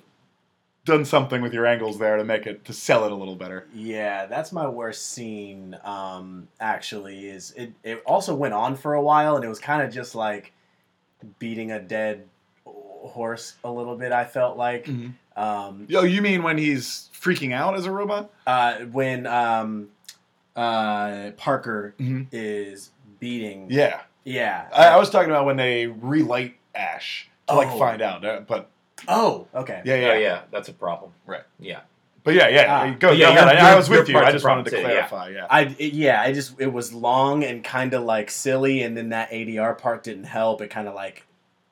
Speaker 1: done something with your angles there to make it to sell it a little better.
Speaker 3: Yeah, that's my worst scene. Um, actually, is it? It also went on for a while, and it was kind of just like beating a dead horse a little bit. I felt like
Speaker 1: Mm.
Speaker 3: um,
Speaker 1: Yo, you mean when he's freaking out as a robot?
Speaker 3: uh, when um, uh, Parker
Speaker 1: Mm-hmm.
Speaker 3: is beating.
Speaker 1: Yeah,
Speaker 3: yeah.
Speaker 1: I, I was talking about when they relight Ash to like
Speaker 3: Oh.
Speaker 1: find out, uh, but
Speaker 3: oh, okay.
Speaker 1: yeah, yeah,
Speaker 2: yeah, yeah. That's a problem.
Speaker 1: Right.
Speaker 2: Yeah.
Speaker 1: But yeah, yeah,
Speaker 3: Ah.
Speaker 1: go.
Speaker 2: But yeah,
Speaker 1: Yeah,
Speaker 2: your-
Speaker 1: I, I was
Speaker 2: your-
Speaker 1: with
Speaker 2: your
Speaker 1: you. I
Speaker 2: part's
Speaker 1: just
Speaker 2: a
Speaker 1: wanted
Speaker 2: problem
Speaker 1: to
Speaker 2: too, yeah.
Speaker 1: clarify. Yeah.
Speaker 3: I it- yeah, I just it was long and kind of like silly, and then that ADR part didn't help. It kind of like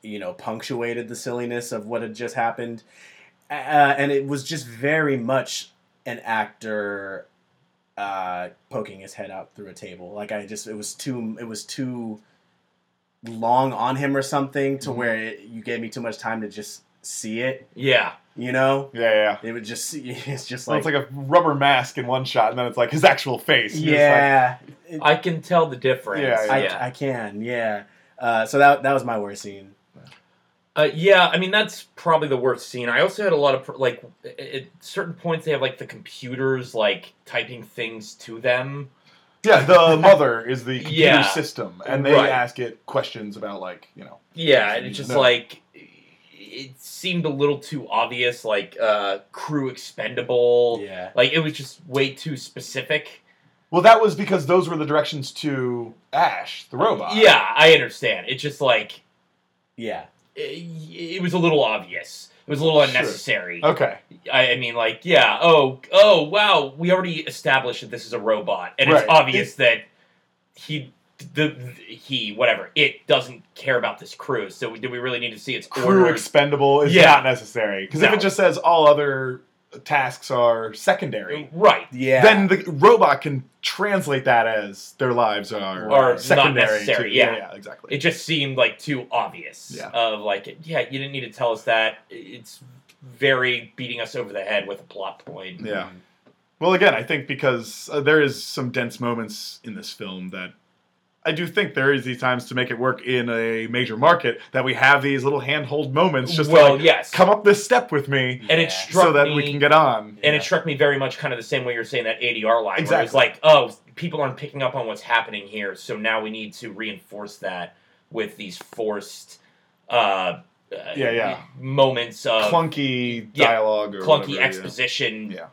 Speaker 3: you know punctuated the silliness of what had just happened, uh, and it was just very much an actor uh, poking his head out through a table. Like I just it was too it was too long on him or something to
Speaker 1: Mhm.
Speaker 3: where it, you gave me too much time to just see it.
Speaker 2: Yeah.
Speaker 3: You know,
Speaker 1: yeah, yeah.
Speaker 3: it would just it's just
Speaker 1: Well,
Speaker 3: like,
Speaker 1: it's like a rubber mask in one shot, and then it's like his actual face. and you're just like,
Speaker 3: yeah. It-
Speaker 2: I can tell the difference.
Speaker 1: Yeah,
Speaker 3: I, I can, yeah. Uh, so that that was my worst scene.
Speaker 2: Uh, yeah, I mean that's probably the worst scene. I also had a lot of pr- like at- at certain points they have like the computers like typing things to them.
Speaker 1: Yeah, the mother is the computer
Speaker 2: Yeah.
Speaker 1: system, and they
Speaker 2: Right.
Speaker 1: ask it questions about like you know.
Speaker 2: Yeah, and it's just
Speaker 1: No.
Speaker 2: like it seemed a little too obvious, like uh, crew expendable.
Speaker 3: Yeah,
Speaker 2: Like it was just way too specific.
Speaker 1: Well, that was because those were the directions to Ash, the robot.
Speaker 2: Yeah, I understand. It's just like eh,
Speaker 3: Yeah.
Speaker 2: it, it was a little obvious. It was a little
Speaker 1: Sure.
Speaker 2: unnecessary.
Speaker 1: Okay.
Speaker 2: I, I mean, like, yeah, oh, oh, wow, we already established that this is a robot, and
Speaker 1: Right.
Speaker 2: it's obvious that he, the, he, whatever, it doesn't care about this crew. So do we really need to see its
Speaker 1: Crew
Speaker 2: order?
Speaker 1: expendable is
Speaker 2: Yeah.
Speaker 1: not necessary because if
Speaker 2: No.
Speaker 1: it just says all other tasks are secondary,
Speaker 2: right,
Speaker 3: Yeah.
Speaker 1: then the robot can translate that as their lives are,
Speaker 3: Or not
Speaker 1: secondary.
Speaker 2: necessary,
Speaker 1: to,
Speaker 2: yeah.
Speaker 1: yeah, exactly.
Speaker 2: it just seemed like too obvious.
Speaker 1: Yeah.
Speaker 2: Of like, yeah, you didn't need to tell us that. It's very beating us over the head with a plot point.
Speaker 1: Yeah. Well, again, I think because uh, there is some dense moments in this film that I do think there is these times to make it work in a major market that we have these little handhold moments just
Speaker 2: well,
Speaker 1: like,
Speaker 2: yes,
Speaker 1: come up this step with me
Speaker 2: and
Speaker 3: Yeah.
Speaker 2: it struck
Speaker 1: so that
Speaker 2: me-
Speaker 1: we can get on.
Speaker 2: And
Speaker 3: Yeah.
Speaker 2: it struck me very much kind of the same way you're saying that ADR line. Where it was
Speaker 1: Exactly.
Speaker 2: like, oh, people aren't picking up on what's happening here, so now we need to reinforce that with these forced uh,
Speaker 1: Yeah, yeah.
Speaker 2: moments of
Speaker 1: clunky
Speaker 2: uh, yeah,
Speaker 1: dialogue or
Speaker 2: clunky
Speaker 1: whatever, yeah.
Speaker 2: exposition
Speaker 1: Yeah.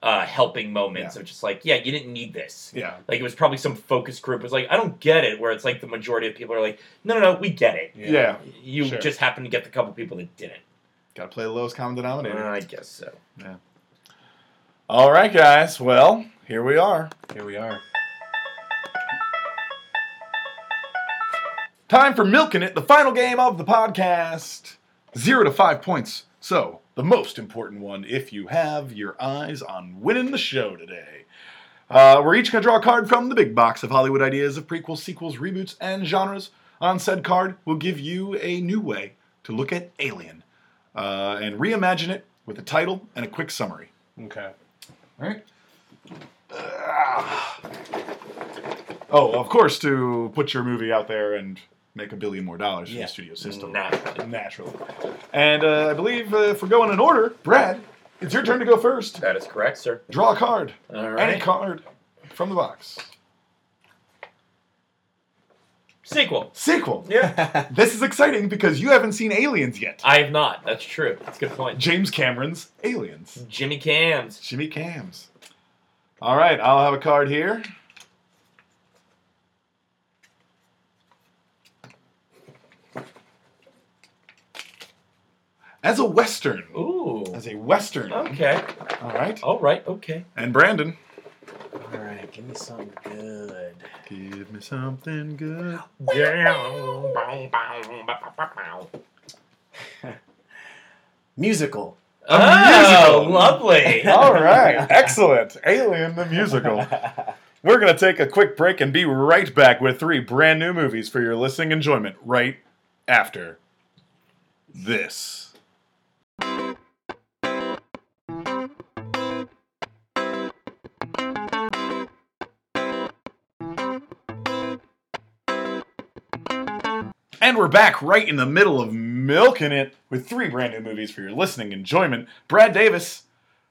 Speaker 2: Uh, helping moments of just like, yeah, you didn't need this.
Speaker 1: Yeah.
Speaker 2: Like it was probably some focus group was like, I don't get it, where it's like the majority of people are like, No, no, no, we get it.
Speaker 1: Yeah.
Speaker 2: You
Speaker 1: Sure.
Speaker 2: just happen to get the couple people that didn't. Uh,
Speaker 1: Gotta play the lowest common denominator.
Speaker 2: I guess so.
Speaker 1: All right, guys. Well, here we are.
Speaker 3: Here we are.
Speaker 1: Time for Milking It, the final game of the podcast. Zero to five points. So, the most important one if you have your eyes on winning the show today. Uh, we're each going to draw a card from the big box of Hollywood ideas of prequels, sequels, reboots, and genres. On said card, we'll give you a new way to look at Alien uh, and reimagine it with a title and a quick summary.
Speaker 3: Okay.
Speaker 1: All right. Oh, of course, to put your movie out there and make a billion more dollars for
Speaker 3: Yeah.
Speaker 1: the studio system.
Speaker 2: Naturally.
Speaker 1: Naturally. And uh, I believe uh, if we're going in order, Brad, it's your turn to go first.
Speaker 2: That is correct, sir.
Speaker 1: Draw a card.
Speaker 2: All
Speaker 1: Any
Speaker 2: right.
Speaker 1: card from the box.
Speaker 2: Sequel.
Speaker 1: Sequel.
Speaker 2: Yeah.
Speaker 1: This is exciting because you haven't seen Aliens yet.
Speaker 2: I have not. That's true. That's a good point.
Speaker 1: James Cameron's Aliens.
Speaker 2: Jimmy Cams.
Speaker 1: Jimmy Cams. All right, I'll have a card here. As a Western.
Speaker 2: Ooh.
Speaker 1: As a Western.
Speaker 2: Okay.
Speaker 1: All right.
Speaker 2: All right. Okay.
Speaker 1: And Brandon.
Speaker 3: All right. Give me something good.
Speaker 1: Give me something good.
Speaker 3: Musical.
Speaker 2: Oh, lovely.
Speaker 1: All right. Excellent. Alien the Musical. We're going to take a quick break and be right back with three brand new movies for your listening enjoyment right after this. And we're back right in the middle of milking it with three brand new movies for your listening enjoyment. Brad Davis.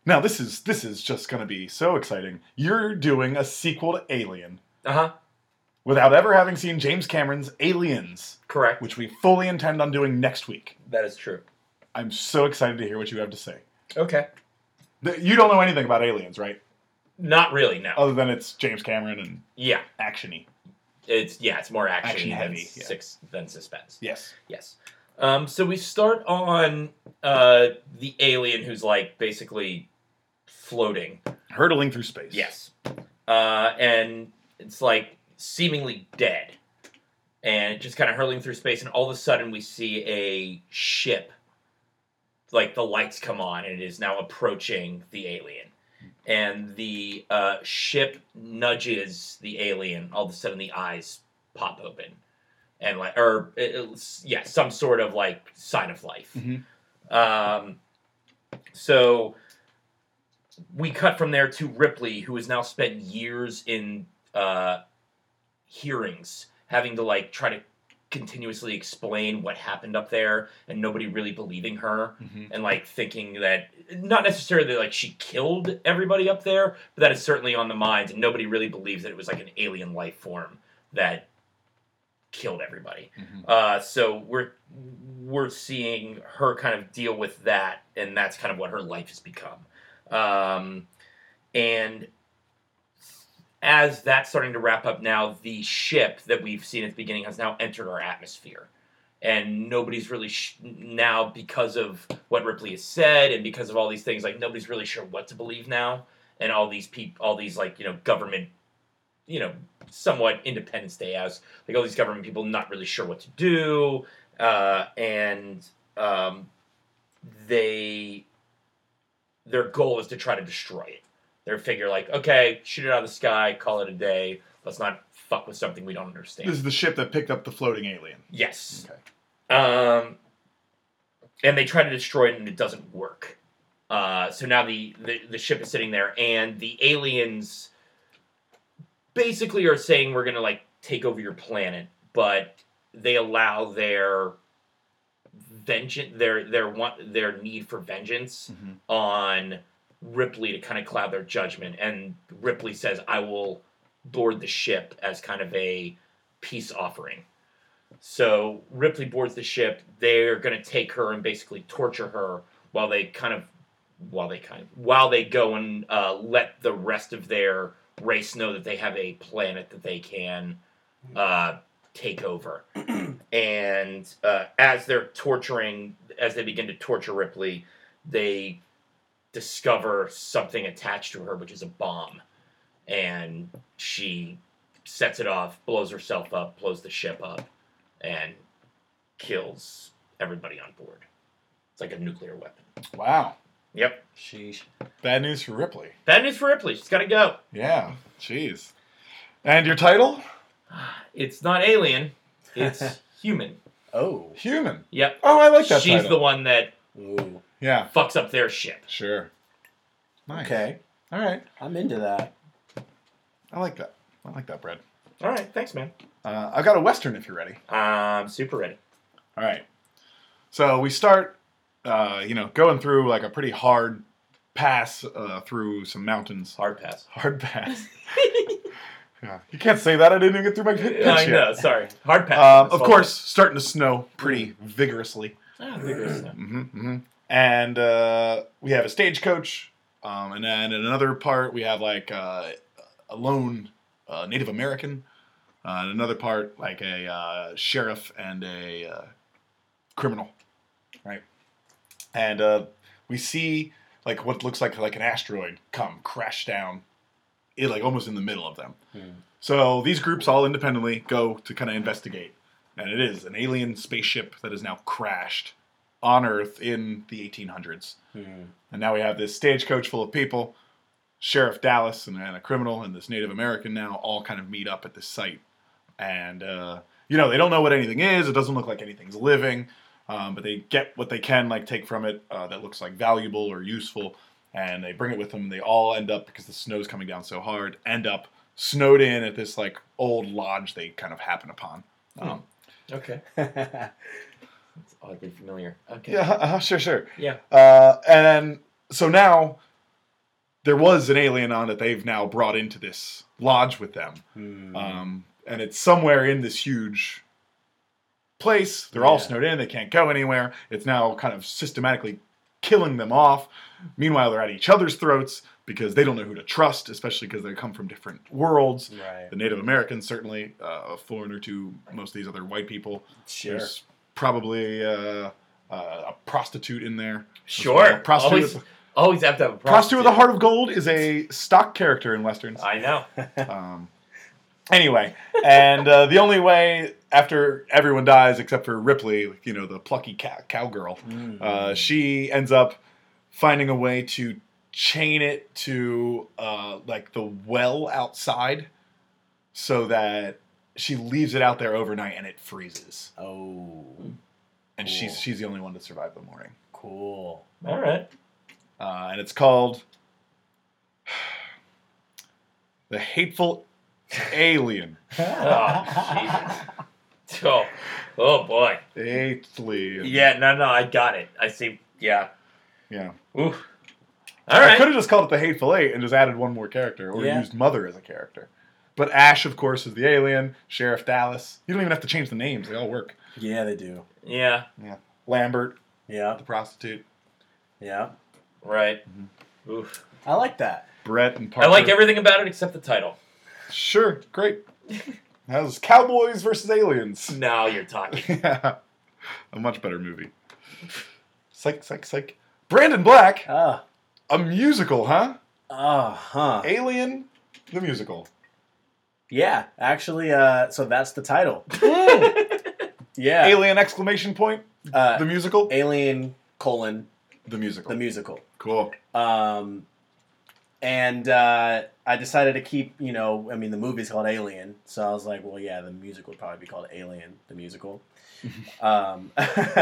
Speaker 1: Now this is this is just gonna be so exciting. You're doing a sequel to Alien
Speaker 2: Uh huh.
Speaker 1: without ever having seen James Cameron's Aliens,
Speaker 2: Correct.
Speaker 1: which we fully intend on doing next week.
Speaker 2: That is true.
Speaker 1: I'm so excited to hear what you have to say.
Speaker 2: Okay.
Speaker 1: Th- You don't know anything about Aliens, right?
Speaker 2: Not really. No.
Speaker 1: Other than it's James Cameron and
Speaker 2: yeah.
Speaker 1: actiony.
Speaker 2: It's yeah. It's more action,
Speaker 1: Action
Speaker 2: than
Speaker 1: heavy, yeah.
Speaker 2: Six than suspense.
Speaker 1: Yes.
Speaker 2: Yes. Um, so we start on uh, the alien who's like basically floating.
Speaker 1: Hurtling through space.
Speaker 2: Yes. Uh, and it's like seemingly dead. And just kind of hurling through space, and all of a sudden we see a ship. Like the lights come on, and it is now approaching the alien. And the uh, ship nudges the alien. All of a sudden, the eyes pop open, and like, or it, it's- yeah, some sort of like sign of life.
Speaker 1: Mhm.
Speaker 2: Um, so we cut from there to Ripley, who has now spent years in uh, hearings, having to like try to continuously explain what happened up there, and nobody really believing her,
Speaker 1: Mhm.
Speaker 2: and like thinking that not necessarily like she killed everybody up there, but that is certainly on the minds, and nobody really believes that it was like an alien life form that killed everybody.
Speaker 1: Mhm.
Speaker 2: Uh, so we're we're seeing her kind of deal with that, and that's kind of what her life has become. Um, and as that's starting to wrap up now, the ship that we've seen at the beginning has now entered our atmosphere. and nobody's really sh- now because of what Ripley has said and because of all these things like nobody's really sure what to believe now and all these people all these like you know government you know somewhat Independence Day as like all these government people not really sure what to do uh, and um, they their goal is to try to destroy it they figure like okay shoot it out of the sky call it a day let's not fuck with something we don't understand
Speaker 1: This is the ship that picked up the floating alien.
Speaker 2: Yes. Um, and they try to destroy it, and it doesn't work. Uh, so now the, the the ship is sitting there, and the aliens basically are saying we're gonna like take over your planet, but they allow their vengeance, their their want their need for vengeance
Speaker 1: Mhm.
Speaker 2: on Ripley to kind of cloud their judgment. And Ripley says, I will board the ship as kind of a peace offering. So Ripley boards the ship. They're going to take her and basically torture her while they kind of, while they kind of, while they go and uh, let the rest of their race know that they have a planet that they can uh, take over. and uh, as they're torturing, as they begin to torture Ripley, they discover something attached to her, which is a bomb. And she sets it off, blows herself up, blows the ship up, and kills everybody on board. It's like a nuclear weapon.
Speaker 1: Wow.
Speaker 2: Yep.
Speaker 3: Sheesh.
Speaker 1: Bad news for Ripley.
Speaker 2: Bad news for Ripley. She's got to go.
Speaker 1: Yeah. Jeez. And your title?
Speaker 2: It's not alien, it's human.
Speaker 3: Oh.
Speaker 1: Human.
Speaker 2: Yep.
Speaker 1: Oh, I like that
Speaker 2: She's
Speaker 1: title.
Speaker 2: the one that
Speaker 3: Ooh.
Speaker 1: Yeah.
Speaker 2: fucks up their ship.
Speaker 1: Sure. Nice.
Speaker 3: Okay.
Speaker 1: All right.
Speaker 3: I'm into that.
Speaker 1: I like that. I like that, Brad.
Speaker 2: All right. Thanks, man.
Speaker 1: Uh, I've got a Western if you're ready.
Speaker 2: I'm super ready.
Speaker 1: All right. So we start, uh, you know, going through like a pretty hard pass uh, through some mountains.
Speaker 2: Hard pass.
Speaker 1: Hard pass. yeah. You can't say that. I didn't even get through my pitch
Speaker 2: I
Speaker 1: yet.
Speaker 2: know. Sorry. Hard pass.
Speaker 1: Um, of
Speaker 2: That's all. Mm.
Speaker 1: course, starting to snow pretty vigorously.
Speaker 2: Ah, vigorous stuff.
Speaker 1: hmm And uh, we have a stagecoach, um, and then in another part we have like uh, a lone uh, Native American. Uh, in another part, like a uh, sheriff and a uh, criminal, right? And uh, we see like what looks like like an asteroid come crash down, it like almost in the middle of them.
Speaker 3: Hmm.
Speaker 1: So these groups all independently go to kind of investigate, and it is an alien spaceship that has now crashed on Earth in the 1800s.
Speaker 3: Hmm.
Speaker 1: And now we have this stagecoach full of people, Sheriff Dallas and, and a criminal and this Native American now all kind of meet up at this site. And, uh, you know, they don't know what anything is. It doesn't look like anything's living. Um, but they get what they can, like, take from it uh, that looks like valuable or useful. And they bring it with them. They all end up, because the snow's coming down so hard, end up snowed in at this, like, old lodge they kind of happen upon. Um,
Speaker 2: Okay. It's oddly familiar. Okay.
Speaker 1: Yeah, uh, sure, sure.
Speaker 2: Yeah.
Speaker 1: Uh, and then, so now there was an alien on that they've now brought into this lodge with them.
Speaker 3: Hmm.
Speaker 1: Um, and it's somewhere in this huge place. They're all
Speaker 3: Yeah.
Speaker 1: snowed in. They can't go anywhere. It's now kind of systematically killing them off. Meanwhile, they're at each other's throats because they don't know who to trust, especially because they come from different worlds.
Speaker 3: right.
Speaker 1: The Native Americans, certainly, uh, a foreigner to most of these other white people.
Speaker 3: Sure.
Speaker 1: There's probably uh, uh, a prostitute in there.
Speaker 2: Sure.
Speaker 1: Prostitute-
Speaker 2: Always, always have to have a
Speaker 1: Prostitute
Speaker 2: prostitute.
Speaker 1: with a Heart of Gold is a stock character in westerns.
Speaker 2: I know.
Speaker 1: Um, anyway, and uh, the only way after everyone dies except for Ripley, you know, the plucky cow- cowgirl,
Speaker 3: Hmm.
Speaker 2: Mm-hmm.
Speaker 1: uh, she ends up finding a way to chain it to uh, like the well outside, so that she leaves it out there overnight and it freezes,
Speaker 3: oh.
Speaker 1: and she's
Speaker 3: Cool.
Speaker 1: she's the only one to survive the morning.
Speaker 3: Cool.
Speaker 2: All right.
Speaker 1: uh, and it's called "The Hateful Alien."
Speaker 2: Oh, Oh, oh boy.
Speaker 1: Alien.
Speaker 2: Yeah. No. No. I got it. I see. Yeah.
Speaker 1: yeah.
Speaker 2: Ooh. All
Speaker 1: I could
Speaker 2: right.
Speaker 1: have just called it "The Hateful Eight and just added one more character, or
Speaker 3: Yeah.
Speaker 1: used Mother as a character. But Ash, of course, is the alien. Sheriff Dallas. You don't even have to change the names; they all work.
Speaker 3: yeah, they do.
Speaker 2: Yeah.
Speaker 1: Lambert,
Speaker 3: Yeah.
Speaker 1: the prostitute.
Speaker 3: Yeah.
Speaker 2: Right. Mm-hmm. Oof.
Speaker 3: I like that.
Speaker 1: Brett and
Speaker 2: I
Speaker 1: Parker.
Speaker 2: like everything about it except the title.
Speaker 1: Sure, great. That was Cowboys versus Aliens.
Speaker 2: Now you're talking.
Speaker 1: Yeah. a much better movie. Psych, psych, psych. Brandon Black,
Speaker 3: Ah,
Speaker 1: a musical, huh?
Speaker 3: ah, huh.
Speaker 1: Alien, the musical.
Speaker 3: Yeah, actually, uh, so that's the title. yeah,
Speaker 1: Alien exclamation point,
Speaker 3: uh,
Speaker 1: the musical.
Speaker 3: Alien colon
Speaker 1: The musical.
Speaker 3: the musical.
Speaker 1: Cool.
Speaker 3: Um, and uh, I decided to keep, you know, I mean, the movie's called Alien, so I was like, well, yeah, the musical would probably be called Alien, the musical. um,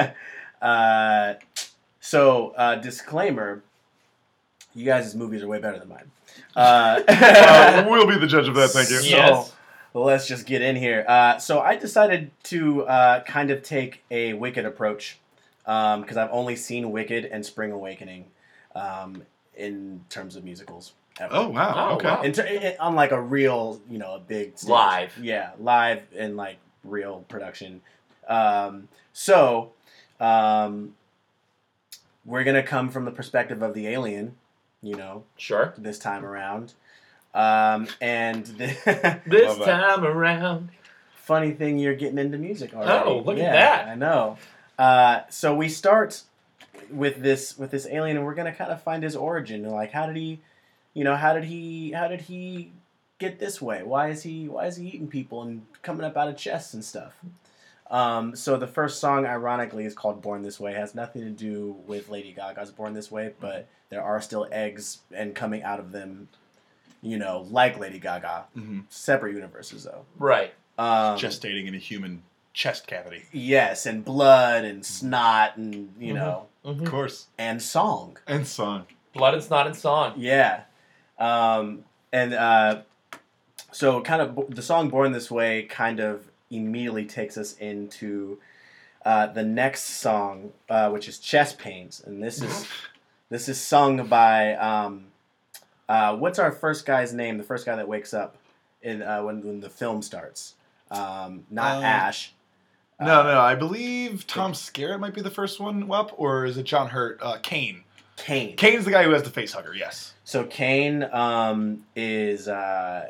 Speaker 3: uh, so, uh, disclaimer: you guys' movies are way better than mine. Uh,
Speaker 1: Uh, we'll be the judge of that. Thank you.
Speaker 3: So,
Speaker 2: Yes.
Speaker 3: let's just get in here. Uh, so I decided to uh, kind of take a Wicked approach because I've only seen Wicked and Spring Awakening um, in terms of musicals. Ever.
Speaker 1: Oh wow.
Speaker 2: Oh,
Speaker 1: okay.
Speaker 2: wow.
Speaker 3: In ter- in- on like a real, you know, a big stage.
Speaker 2: Live.
Speaker 3: Yeah, live and like real production. Um, so um, we're gonna come from the perspective of the alien, you know,
Speaker 2: Sure.
Speaker 3: this time around. Um, and the
Speaker 2: This
Speaker 1: that.
Speaker 2: time around.
Speaker 3: funny thing you're getting into music already.
Speaker 2: Oh, look at
Speaker 3: Yeah,
Speaker 2: that.
Speaker 3: I know. Uh, so we start with this with this alien, and we're gonna kind of find his origin. Like, how did he, you know, how did he, how did he get this way? Why is he, why is he eating people and coming up out of chests and stuff? Um, so the first song, ironically, is called "Born This Way." It has nothing to do with Lady Gaga's "Born This Way," but there are still eggs and coming out of them, you know, like Lady Gaga.
Speaker 1: Mhm.
Speaker 3: Separate universes, though.
Speaker 2: Right.
Speaker 3: Um,
Speaker 1: Gestating in a human chest cavity.
Speaker 3: Yes, and blood and snot and you
Speaker 2: Mhm.
Speaker 3: know
Speaker 1: Of
Speaker 2: Mhm.
Speaker 1: course.
Speaker 3: and song.
Speaker 1: And song.
Speaker 2: Blood and snot and song.
Speaker 3: Yeah, um, and uh, so kind of bo- the song "Born This Way" kind of immediately takes us into uh, the next song, uh, which is "Chest Pains," and this is this is sung by um, uh, what's our first guy's name? The first guy that wakes up in uh, when when the film starts. Um, not
Speaker 1: Um,
Speaker 3: Ash.
Speaker 1: No, no, no. I believe Tom Skerritt might be the first one up, or is it John Hurt? Uh, Kane.
Speaker 3: Kane.
Speaker 1: Kane's the guy who has the face hugger. Yes.
Speaker 3: So Kane um, is uh,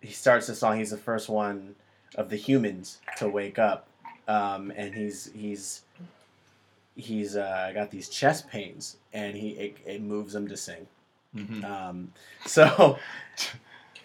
Speaker 3: he starts the song. He's the first one of the humans to wake up, um, and he's he's he's uh, got these chest pains, and he it, it moves him to sing.
Speaker 1: Mm-hmm.
Speaker 3: Um, so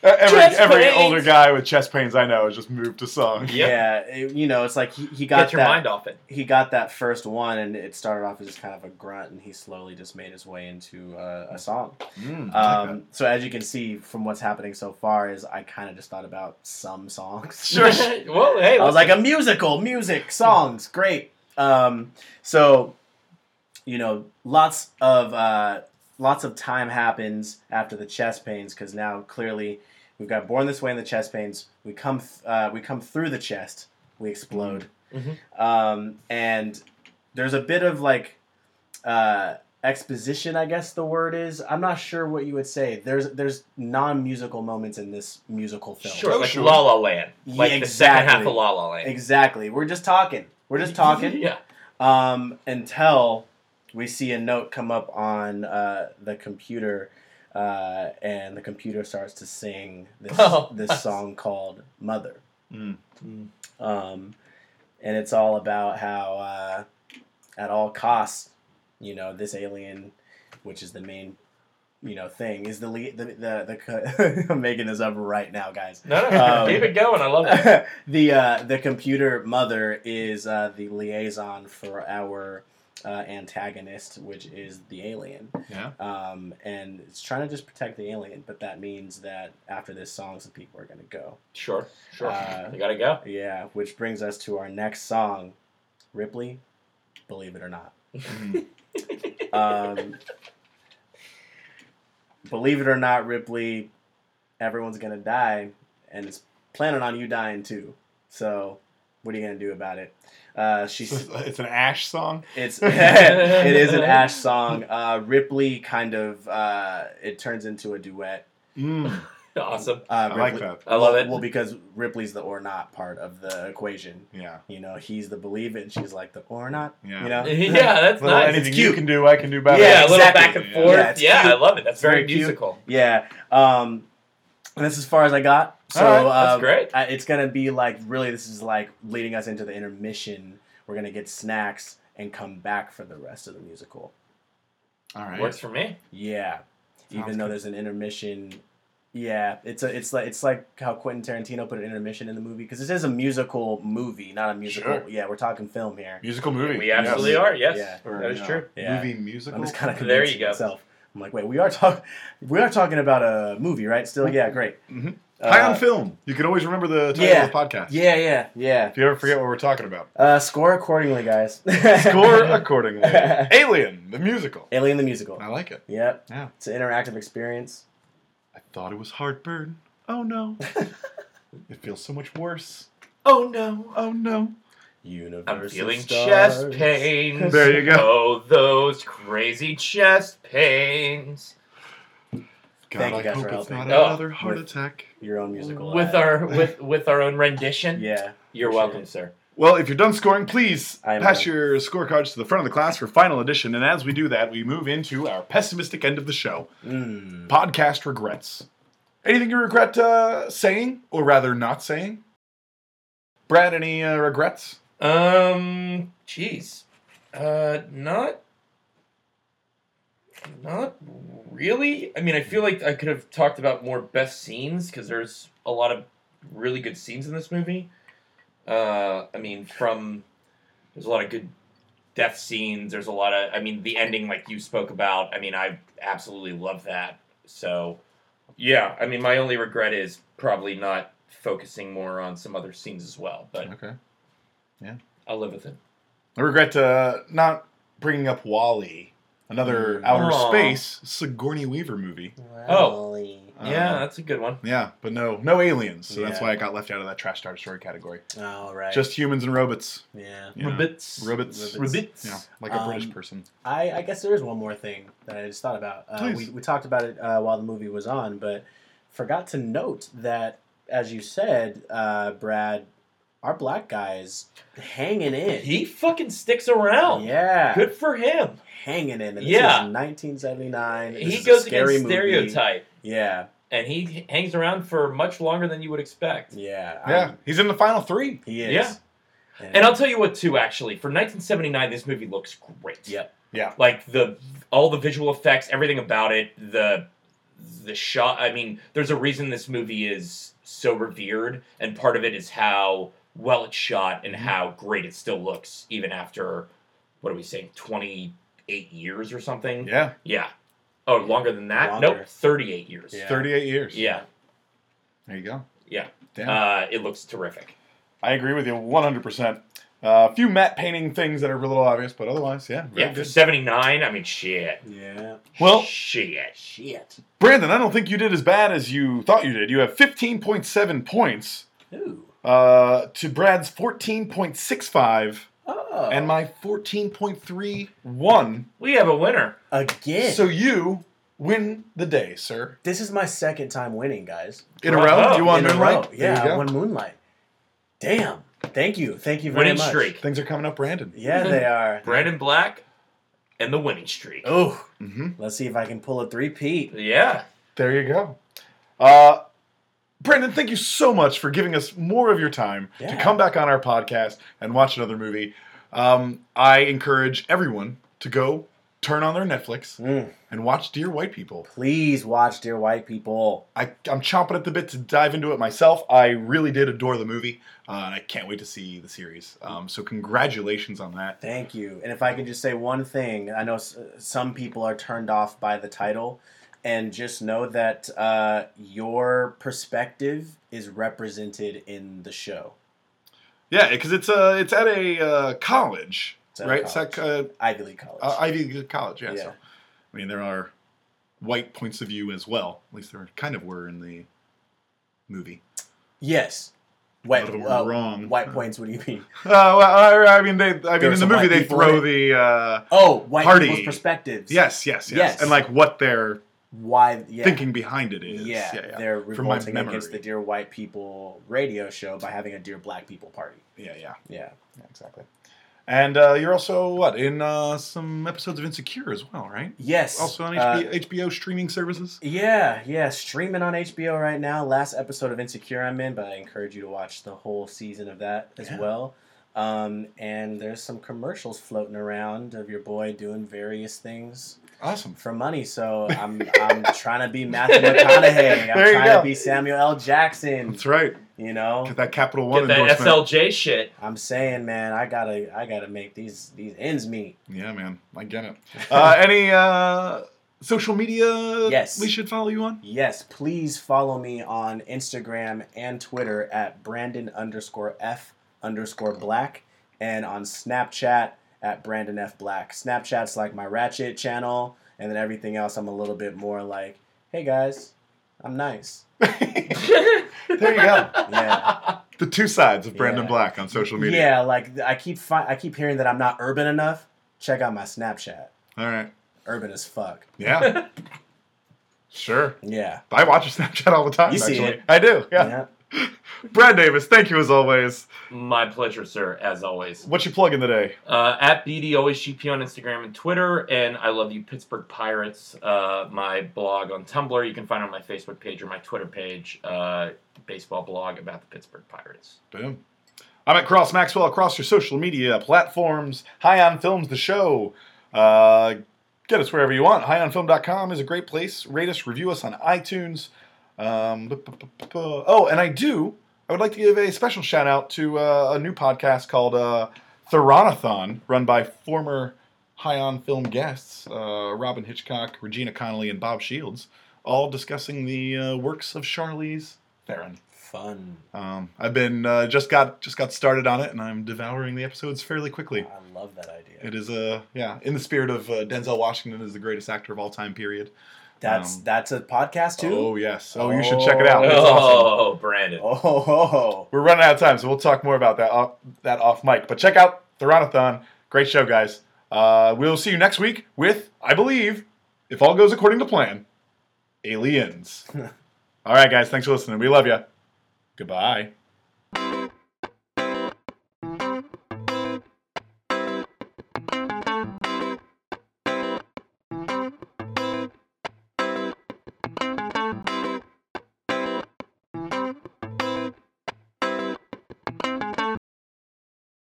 Speaker 1: Uh, Every
Speaker 2: Chest
Speaker 1: every
Speaker 2: pains!
Speaker 1: older guy with chest pains I know is just moved to song.
Speaker 2: Yep.
Speaker 3: yeah, it- you know, it's like he, he got
Speaker 2: Get your
Speaker 3: that
Speaker 2: mind off it.
Speaker 3: he got that first one, and it started off as just kind of a grunt, and he slowly just made his way into uh, a song.
Speaker 1: Mm, I like that.
Speaker 3: Um, so as you can see from what's happening so far, is I kind of just thought about some songs.
Speaker 1: Sure.
Speaker 2: well, hey.
Speaker 3: I
Speaker 2: listen.
Speaker 3: was like a musical, music, songs, great. Um, so you know, lots of uh, lots of time happens after the chest pains because now clearly we've got born this way in the chest pains. We come th- uh, we come through the chest, we explode,
Speaker 2: Mhm.
Speaker 3: um, and there's a bit of like uh, exposition, I guess the word is. I'm not sure what you would say. There's there's non musical moments in this musical film.
Speaker 2: Sure,
Speaker 1: Oh,
Speaker 2: like
Speaker 1: sure.
Speaker 2: La La Land.
Speaker 3: Yeah,
Speaker 2: Like the second half
Speaker 3: exactly.
Speaker 2: of La La Land.
Speaker 3: Exactly. We're just talking. We're just talking.
Speaker 2: yeah.
Speaker 3: Um, until we see a note come up on uh, the computer, uh, and the computer starts to sing this
Speaker 2: Oh.
Speaker 3: this song called "Mother."
Speaker 1: Mm.
Speaker 2: Mm.
Speaker 3: Um, and it's all about how, uh, at all costs, you know, this alien, which is the main, you know, thing, is the lead. The, the, the co- I'm making this up right now, guys
Speaker 2: No, no,
Speaker 3: Um,
Speaker 2: keep it going. I love it.
Speaker 3: the uh, the computer mother is uh, the liaison for our uh, antagonist, which is the alien,
Speaker 1: Yeah.
Speaker 3: um, and it's trying to just protect the alien. But that means that after this song, some people are going to go.
Speaker 2: Sure, sure.
Speaker 3: Uh,
Speaker 2: you gotta go.
Speaker 3: Yeah, which brings us to our next song, Ripley. Believe it or not.
Speaker 1: Mhm.
Speaker 3: Um, believe it or not, Ripley, everyone's gonna die, and it's planning on you dying too. So, what are you gonna do about it? Uh, she's
Speaker 1: it's an Ash song.
Speaker 3: it's it is an Ash song. Uh, Ripley kind of uh, it turns into a duet.
Speaker 1: Mm,
Speaker 2: Awesome.
Speaker 3: Uh,
Speaker 1: I like
Speaker 3: Ripley-
Speaker 1: that.
Speaker 2: I love it.
Speaker 3: Well, because Ripley's the or not part of the equation.
Speaker 1: Yeah.
Speaker 3: You know, he's the believe it, and she's like the or not.
Speaker 1: Yeah.
Speaker 3: You know,
Speaker 2: yeah, that's
Speaker 1: Little
Speaker 2: nice.
Speaker 1: anything
Speaker 3: It's
Speaker 1: you
Speaker 3: cute.
Speaker 1: can do, I can do better.
Speaker 2: yeah, a little
Speaker 3: exactly.
Speaker 2: back and
Speaker 1: Yeah.
Speaker 2: forth.
Speaker 3: Yeah,
Speaker 2: Yeah,
Speaker 3: it's cute.
Speaker 2: I love it. That's very,
Speaker 3: Very cute.
Speaker 2: musical.
Speaker 3: Yeah. Um, and that's as far as I got. So
Speaker 1: All right,
Speaker 2: that's
Speaker 3: um,
Speaker 2: great.
Speaker 3: I, it's gonna be like really. This is like leading us into the intermission We're gonna get snacks and come back for the rest of the musical.
Speaker 1: All right.
Speaker 2: Works for me.
Speaker 3: Yeah, even
Speaker 1: Sounds
Speaker 3: though
Speaker 1: good.
Speaker 3: there's an intermission. Yeah, it's a, it's like it's like how Quentin Tarantino put an intermission in the movie because this is a musical movie, not a musical.
Speaker 1: Sure.
Speaker 3: Yeah, we're talking film here.
Speaker 1: Musical movie.
Speaker 2: We absolutely
Speaker 1: Yes.
Speaker 2: are. Yes,
Speaker 3: Yeah.
Speaker 1: Or,
Speaker 2: that is
Speaker 1: yeah,
Speaker 2: true.
Speaker 3: Yeah.
Speaker 1: Movie musical.
Speaker 3: I'm just kind of
Speaker 2: There you
Speaker 3: convincing
Speaker 2: go.
Speaker 3: myself. I'm like, wait, we are talking, we are talking about a movie, right? Still, yeah, great.
Speaker 1: Mhm.
Speaker 3: Uh,
Speaker 1: High on film. You can always remember the title
Speaker 3: Yeah.
Speaker 1: of the podcast.
Speaker 3: Yeah, yeah, yeah.
Speaker 1: If you ever forget what we're talking about,
Speaker 3: Uh, score accordingly, guys.
Speaker 1: score accordingly. Alien, the musical.
Speaker 3: Alien the musical.
Speaker 1: I like it.
Speaker 3: Yep.
Speaker 1: Yeah.
Speaker 3: It's an interactive experience.
Speaker 1: I thought it was heartburn. Oh no. it feels so much worse.
Speaker 2: Oh no.
Speaker 1: Oh no.
Speaker 3: Universe.
Speaker 2: I'm
Speaker 3: of
Speaker 2: feeling
Speaker 3: stars.
Speaker 2: chest pains.
Speaker 1: There you go.
Speaker 2: Oh, those crazy chest pains.
Speaker 1: God,
Speaker 3: Thank you
Speaker 1: I
Speaker 3: guys
Speaker 1: hope
Speaker 3: for
Speaker 1: it's
Speaker 3: helping.
Speaker 1: not
Speaker 2: Oh.
Speaker 1: another heart
Speaker 3: With-
Speaker 1: attack.
Speaker 3: Your own musical.
Speaker 2: with
Speaker 3: uh,
Speaker 2: our with with our own rendition.
Speaker 3: Yeah.
Speaker 2: You're
Speaker 3: Appreciate
Speaker 2: welcome,
Speaker 3: it.
Speaker 2: sir.
Speaker 1: Well, if you're done scoring, please
Speaker 3: I am
Speaker 1: pass
Speaker 3: done.
Speaker 1: your scorecards to the front of the class for final edition. And as we do that, we move into our pessimistic end of the show
Speaker 3: Mm.
Speaker 1: podcast regrets. Anything you regret uh, saying, or rather not saying? Brad, any uh, regrets?
Speaker 2: Um, jeez, uh, not, not really. I mean, I feel like I could have talked about more best scenes because there's a lot of really good scenes in this movie. Uh, I mean, from there's a lot of good death scenes. There's a lot of, I mean, the ending like you spoke about. I mean, I absolutely love that. So, yeah. I mean, my only regret is probably not focusing more on some other scenes as well, but.
Speaker 1: Okay.
Speaker 2: I'll live with it.
Speaker 1: I regret uh, not bringing up Wally, another
Speaker 3: Mm.
Speaker 1: outer
Speaker 2: Aw.
Speaker 1: space Sigourney Weaver movie.
Speaker 2: Oh.
Speaker 3: Really?
Speaker 2: yeah,
Speaker 1: Uh,
Speaker 2: that's a good one.
Speaker 1: yeah, but no, no aliens. So that's
Speaker 3: Yeah.
Speaker 1: why I got left out of that trash star destroyer category.
Speaker 3: All right.
Speaker 1: Just humans and robots.
Speaker 3: yeah.
Speaker 1: you know.
Speaker 2: Ribbits.
Speaker 1: Ribbits.
Speaker 2: Ribbits.
Speaker 1: Yeah, like a British
Speaker 3: Um,
Speaker 1: person.
Speaker 3: I, I guess there is one more thing that I just thought about. Uh, we,
Speaker 1: Please.
Speaker 3: we talked about it uh, while the movie was on, but forgot to note that, as you said, uh, Brad, our black guy's hanging in.
Speaker 2: He oh, fucking sticks around.
Speaker 3: yeah,
Speaker 2: Good for him.
Speaker 3: hanging in. And this
Speaker 2: Yeah.
Speaker 3: is 1979. This
Speaker 2: he
Speaker 3: is a
Speaker 2: goes
Speaker 3: scary
Speaker 2: against
Speaker 3: movie.
Speaker 2: stereotype,
Speaker 3: Yeah,
Speaker 2: and he hangs around for much longer than you would expect.
Speaker 3: yeah,
Speaker 1: Yeah,
Speaker 3: I'm-
Speaker 1: he's in the final three.
Speaker 3: he is.
Speaker 2: Yeah. And I'll tell you what, too. Actually, for 1979, this movie looks great.
Speaker 3: Yep.
Speaker 1: Yeah.
Speaker 2: Like the all the visual effects, everything about it, the the shot. I mean, there's a reason this movie is so revered, and part of it is how well it's shot and how great it still looks, even after what are we saying, 28 years or something?
Speaker 1: Yeah,
Speaker 2: Yeah. Oh, longer than that?
Speaker 3: Longer.
Speaker 2: Nope, 38 years.
Speaker 3: Yeah.
Speaker 1: 38 years.
Speaker 2: Yeah.
Speaker 1: There you go.
Speaker 2: Yeah.
Speaker 1: Damn.
Speaker 2: Uh, it looks terrific.
Speaker 1: I agree with you 100%. Uh, a few matte painting things that are a little obvious, but otherwise, yeah, very
Speaker 2: yeah. For
Speaker 1: good.
Speaker 2: 79, I mean, shit.
Speaker 3: yeah,
Speaker 1: Well,
Speaker 2: shit.
Speaker 3: shit.
Speaker 1: Brandon, I don't think you did as bad as you thought you did. You have 15.7 points
Speaker 3: Ooh.
Speaker 1: uh, to Brad's 14.65
Speaker 3: Oh.
Speaker 1: and my 14.31.
Speaker 2: We have a winner.
Speaker 3: again.
Speaker 1: So you win the day, sir.
Speaker 3: this is my second time winning, guys.
Speaker 1: In a
Speaker 2: Bravo.
Speaker 1: row? You won
Speaker 3: Oh, in a
Speaker 1: Moonlight?
Speaker 3: row.
Speaker 1: There
Speaker 3: Yeah,
Speaker 1: you
Speaker 3: I
Speaker 1: go.
Speaker 3: won Moonlight. Damn. Thank you. Thank you very
Speaker 2: Winning
Speaker 3: much.
Speaker 2: streak.
Speaker 1: Things are coming up, Brandon.
Speaker 3: Yeah, they are.
Speaker 2: Brandon Black and the winning streak.
Speaker 3: Oh,
Speaker 1: Mm-hmm.
Speaker 3: let's see if I can pull a three-peat.
Speaker 2: Yeah.
Speaker 1: There you go. Uh, Brandon, thank you so much for giving us more of your time to
Speaker 3: Yeah.
Speaker 1: come back on our podcast and watch another movie. Um, I encourage everyone to go turn on their Netflix
Speaker 3: Mm,
Speaker 1: and watch Dear White People.
Speaker 3: please watch Dear White People.
Speaker 1: I, I'm chomping at the bit to dive into it myself. I really did adore the movie, uh, and I can't wait to see the series. Um, so, congratulations on that.
Speaker 3: Thank you. And if I could just say one thing, I know s- some people are turned off by the title, and just know that uh, your perspective is represented in the show.
Speaker 1: Yeah, because it's uh, it's at a uh, college,
Speaker 3: It's at a
Speaker 1: right? It's at, uh,
Speaker 3: Ivy League College.
Speaker 1: uh, Ivy League College. Yeah.
Speaker 3: Yeah.
Speaker 1: So, I mean, there are white points of view as well. At least there kind of were in the movie.
Speaker 3: yes.
Speaker 1: A
Speaker 3: White,
Speaker 1: lot of them
Speaker 3: uh,
Speaker 1: were wrong.
Speaker 3: white points. What do you mean?
Speaker 1: Uh, well, I, I mean, they. I
Speaker 3: There
Speaker 1: mean,
Speaker 3: were
Speaker 1: in the
Speaker 3: some
Speaker 1: movie,
Speaker 3: white
Speaker 1: they
Speaker 3: people
Speaker 1: throw
Speaker 3: in
Speaker 1: the. Uh,
Speaker 3: Oh, white
Speaker 1: Party.
Speaker 3: people's perspectives.
Speaker 1: yes, yes, yes,
Speaker 3: Yes.
Speaker 1: and like what their
Speaker 3: Why? Yeah.
Speaker 1: thinking behind it is.
Speaker 3: Yeah,
Speaker 1: yeah, yeah,
Speaker 3: they're
Speaker 1: From my
Speaker 3: revolting against
Speaker 1: memory.
Speaker 3: the Dear White People radio show by having a Dear Black People party.
Speaker 1: yeah, yeah.
Speaker 3: Yeah.
Speaker 1: Yeah, exactly. And uh, you're also what in uh, some episodes of Insecure as well, right?
Speaker 3: Yes.
Speaker 1: Also on
Speaker 3: uh,
Speaker 1: HBO, HBO streaming services.
Speaker 3: yeah, yeah, streaming on HBO right now. Last episode of Insecure I'm in, but I encourage you to watch the whole season of that as
Speaker 1: Yeah.
Speaker 3: well. Um, and there's some commercials floating around of your boy doing various things
Speaker 1: Awesome.
Speaker 3: for money. So I'm I'm trying to be Matthew McConaughey. I'm
Speaker 1: There you
Speaker 3: trying
Speaker 1: go.
Speaker 3: to be Samuel L. Jackson.
Speaker 1: That's right.
Speaker 3: You know,
Speaker 1: Get that Capital One
Speaker 2: Get that
Speaker 1: endorsement.
Speaker 2: SLJ shit.
Speaker 3: I'm saying, man, I gotta I gotta make these these ends meet.
Speaker 1: Yeah, man. I get it. Uh, any uh, social media
Speaker 3: Yes.
Speaker 1: we should follow you on?
Speaker 3: Yes, please follow me on Instagram and Twitter at Brandon underscore F underscore Black and on Snapchat at Brandon F Black. Snapchat's like my Ratchet channel, and then everything else I'm a little bit more like, hey guys, I'm nice.
Speaker 1: There you go.
Speaker 3: Yeah,
Speaker 1: the two sides of Brandon
Speaker 3: Yeah.
Speaker 1: Black on social media.
Speaker 3: yeah. Like I keep fi- I keep hearing that I'm not urban enough. Check out my Snapchat.
Speaker 1: All right.
Speaker 3: Urban as fuck.
Speaker 1: Yeah. sure.
Speaker 3: Yeah.
Speaker 1: I watch your Snapchat all the time.
Speaker 3: You see
Speaker 1: actually.
Speaker 3: it.
Speaker 1: I do. Yeah.
Speaker 3: yeah.
Speaker 1: Brad Davis, thank you as always.
Speaker 2: My pleasure, sir, as always.
Speaker 1: What you plugging today?
Speaker 2: Uh, at BD always GP on Instagram and Twitter, and I love you Pittsburgh Pirates. Uh, my blog on Tumblr, you can find on my Facebook page or my Twitter page. Uh, baseball blog about the Pittsburgh Pirates.
Speaker 1: Boom. I'm at Cross Maxwell across your social media platforms. High on Films, the show. Uh, get us wherever you want. HighOnFilm.com is a great place. Rate us, review us on iTunes. Um, bu- bu- bu- bu- bu- oh, and I do. I would like to give a special shout out to uh, a new podcast called uh, Theronathon, run by former High on Film guests uh, Robin Hitchcock, Regina Connolly, and Bob Shields, all discussing the uh, works of Charlize Theron.
Speaker 3: Fun.
Speaker 1: Um, I've been uh, just got just got started on it, and I'm devouring the episodes fairly quickly.
Speaker 3: I love that idea.
Speaker 1: It is a yeah, in the spirit of uh, Denzel Washington is the greatest actor of all time. Period.
Speaker 3: That's
Speaker 1: Um,
Speaker 3: that's a podcast too.
Speaker 1: Oh yes. Oh, you should check it out. It's
Speaker 2: oh,
Speaker 1: awesome.
Speaker 2: Brandon.
Speaker 3: Oh, ho, ho, ho.
Speaker 1: We're running out of time, so we'll talk more about that off, that off mic. But check out Theronathon. Great show, guys. Uh, we'll see you next week with, I believe, if all goes according to plan, aliens. all right, guys. Thanks for listening. We love you. Goodbye.